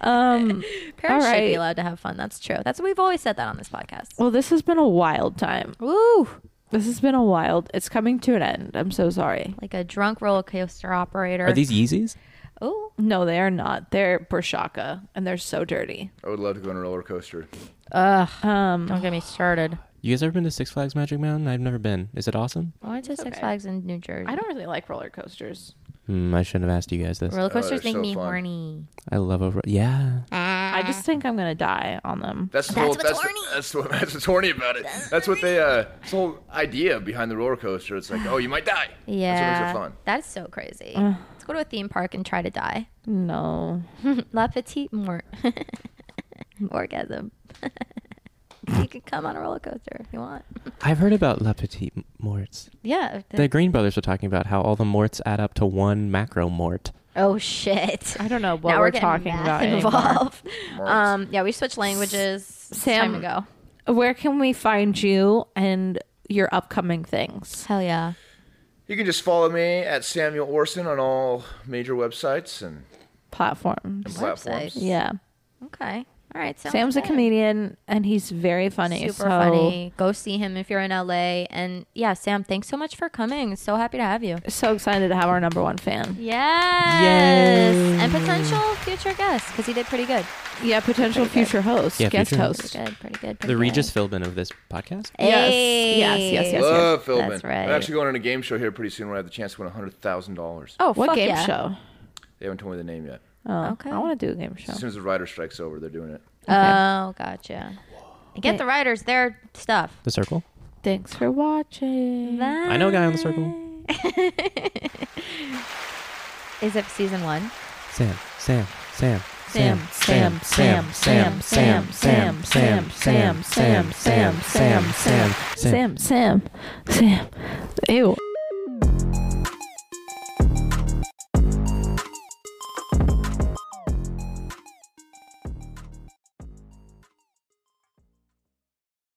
S2: Um,
S3: Parents
S2: All
S3: should be
S2: right.
S3: allowed to have fun. That's true. That's we've always said that on this podcast.
S2: well, this has been a wild time.
S3: Woo.
S2: This has been a wild. It's coming to an end. I'm so sorry.
S3: Like a drunk roller coaster operator.
S5: Are these Yeezys?
S3: Oh,
S2: No, they are not. They're Bershaka, and they're so dirty.
S4: I would love to go on a roller coaster.
S3: don't
S2: Mm.
S3: get me started.
S5: You guys ever been to Six Flags Magic Mountain? I've never been. Is it awesome?
S3: I went to Six Flags in New Jersey.
S2: I don't really like roller coasters.
S5: Hmm, I shouldn't have asked you guys this.
S3: Roller coasters
S4: they're
S3: make
S4: Oh, so
S3: me
S4: fun.
S3: horny.
S5: I love over. Yeah.
S2: I just think I'm gonna die on them.
S4: That's the whole. That's the- that's what, that's what's horny about it. That's what they. Uh, this whole idea behind the roller coaster. It's like, oh, you might die.
S3: Yeah,
S4: That's what makes it fun.
S3: that's so crazy. Let's go to a theme park and try to die.
S2: No.
S3: La petite mort. Orgasm. you can come on a roller coaster if you want.
S5: I've heard about La Petite Morts.
S3: Yeah.
S5: The Green Brothers were talking about how all the morts add up to one macro mort.
S3: oh shit.
S2: I don't know what
S3: now
S2: we're,
S3: we're, getting
S2: talking
S3: math
S2: about. anymore.
S3: Involved.
S4: Morts.
S3: Um. Yeah, we switched languages. It's
S2: Sam-
S3: time ago.
S2: Where can we find you and your upcoming things?
S3: Hell yeah.
S4: You can just follow me at Samuel Orson on all major websites and
S2: Platforms.
S4: platforms.
S3: Websites.
S2: Yeah.
S3: Okay. All All right, sounds
S2: Sam's a
S3: good.
S2: comedian and he's very funny.
S3: Super
S2: so
S3: funny. Go see him if you're in LA. And yeah, Sam, thanks so much for coming. So happy to have you.
S2: So excited to have our number one fan.
S3: Yes. And potential future guests because he did pretty good.
S2: Yeah, potential
S3: Pretty
S2: future
S3: good.
S2: host,
S5: Yeah,
S2: guest
S5: future
S2: host.
S3: Pretty good. Pretty good. Pretty
S5: The
S3: good.
S5: Regis Philbin of this podcast.
S2: Yes,
S3: Hey.
S2: yes, yes, yes, yes.
S4: Love Philbin.
S3: That's right.
S4: I'm actually going on a game show here pretty soon where I have the chance to win hundred thousand dollars.
S3: Oh,
S2: What
S3: fuck
S2: game
S3: yeah.
S2: show?
S4: They haven't told me the name yet.
S2: Oh,
S3: Okay.
S2: okay. I want to do a game show.
S4: As soon as the writer strike's over, they're doing it.
S3: Oh, gotcha. Get the writers their stuff.
S5: The Circle.
S2: Thanks for watching.
S5: I know a guy on The Circle.
S3: Is it season one?
S5: Sam. Sam. Sam.
S2: Sam, Sam, Sam, Sam, Sam, Sam, Sam, Sam, Sam, Sam, Sam, Sam, Sam, Sam, Sam. Ew.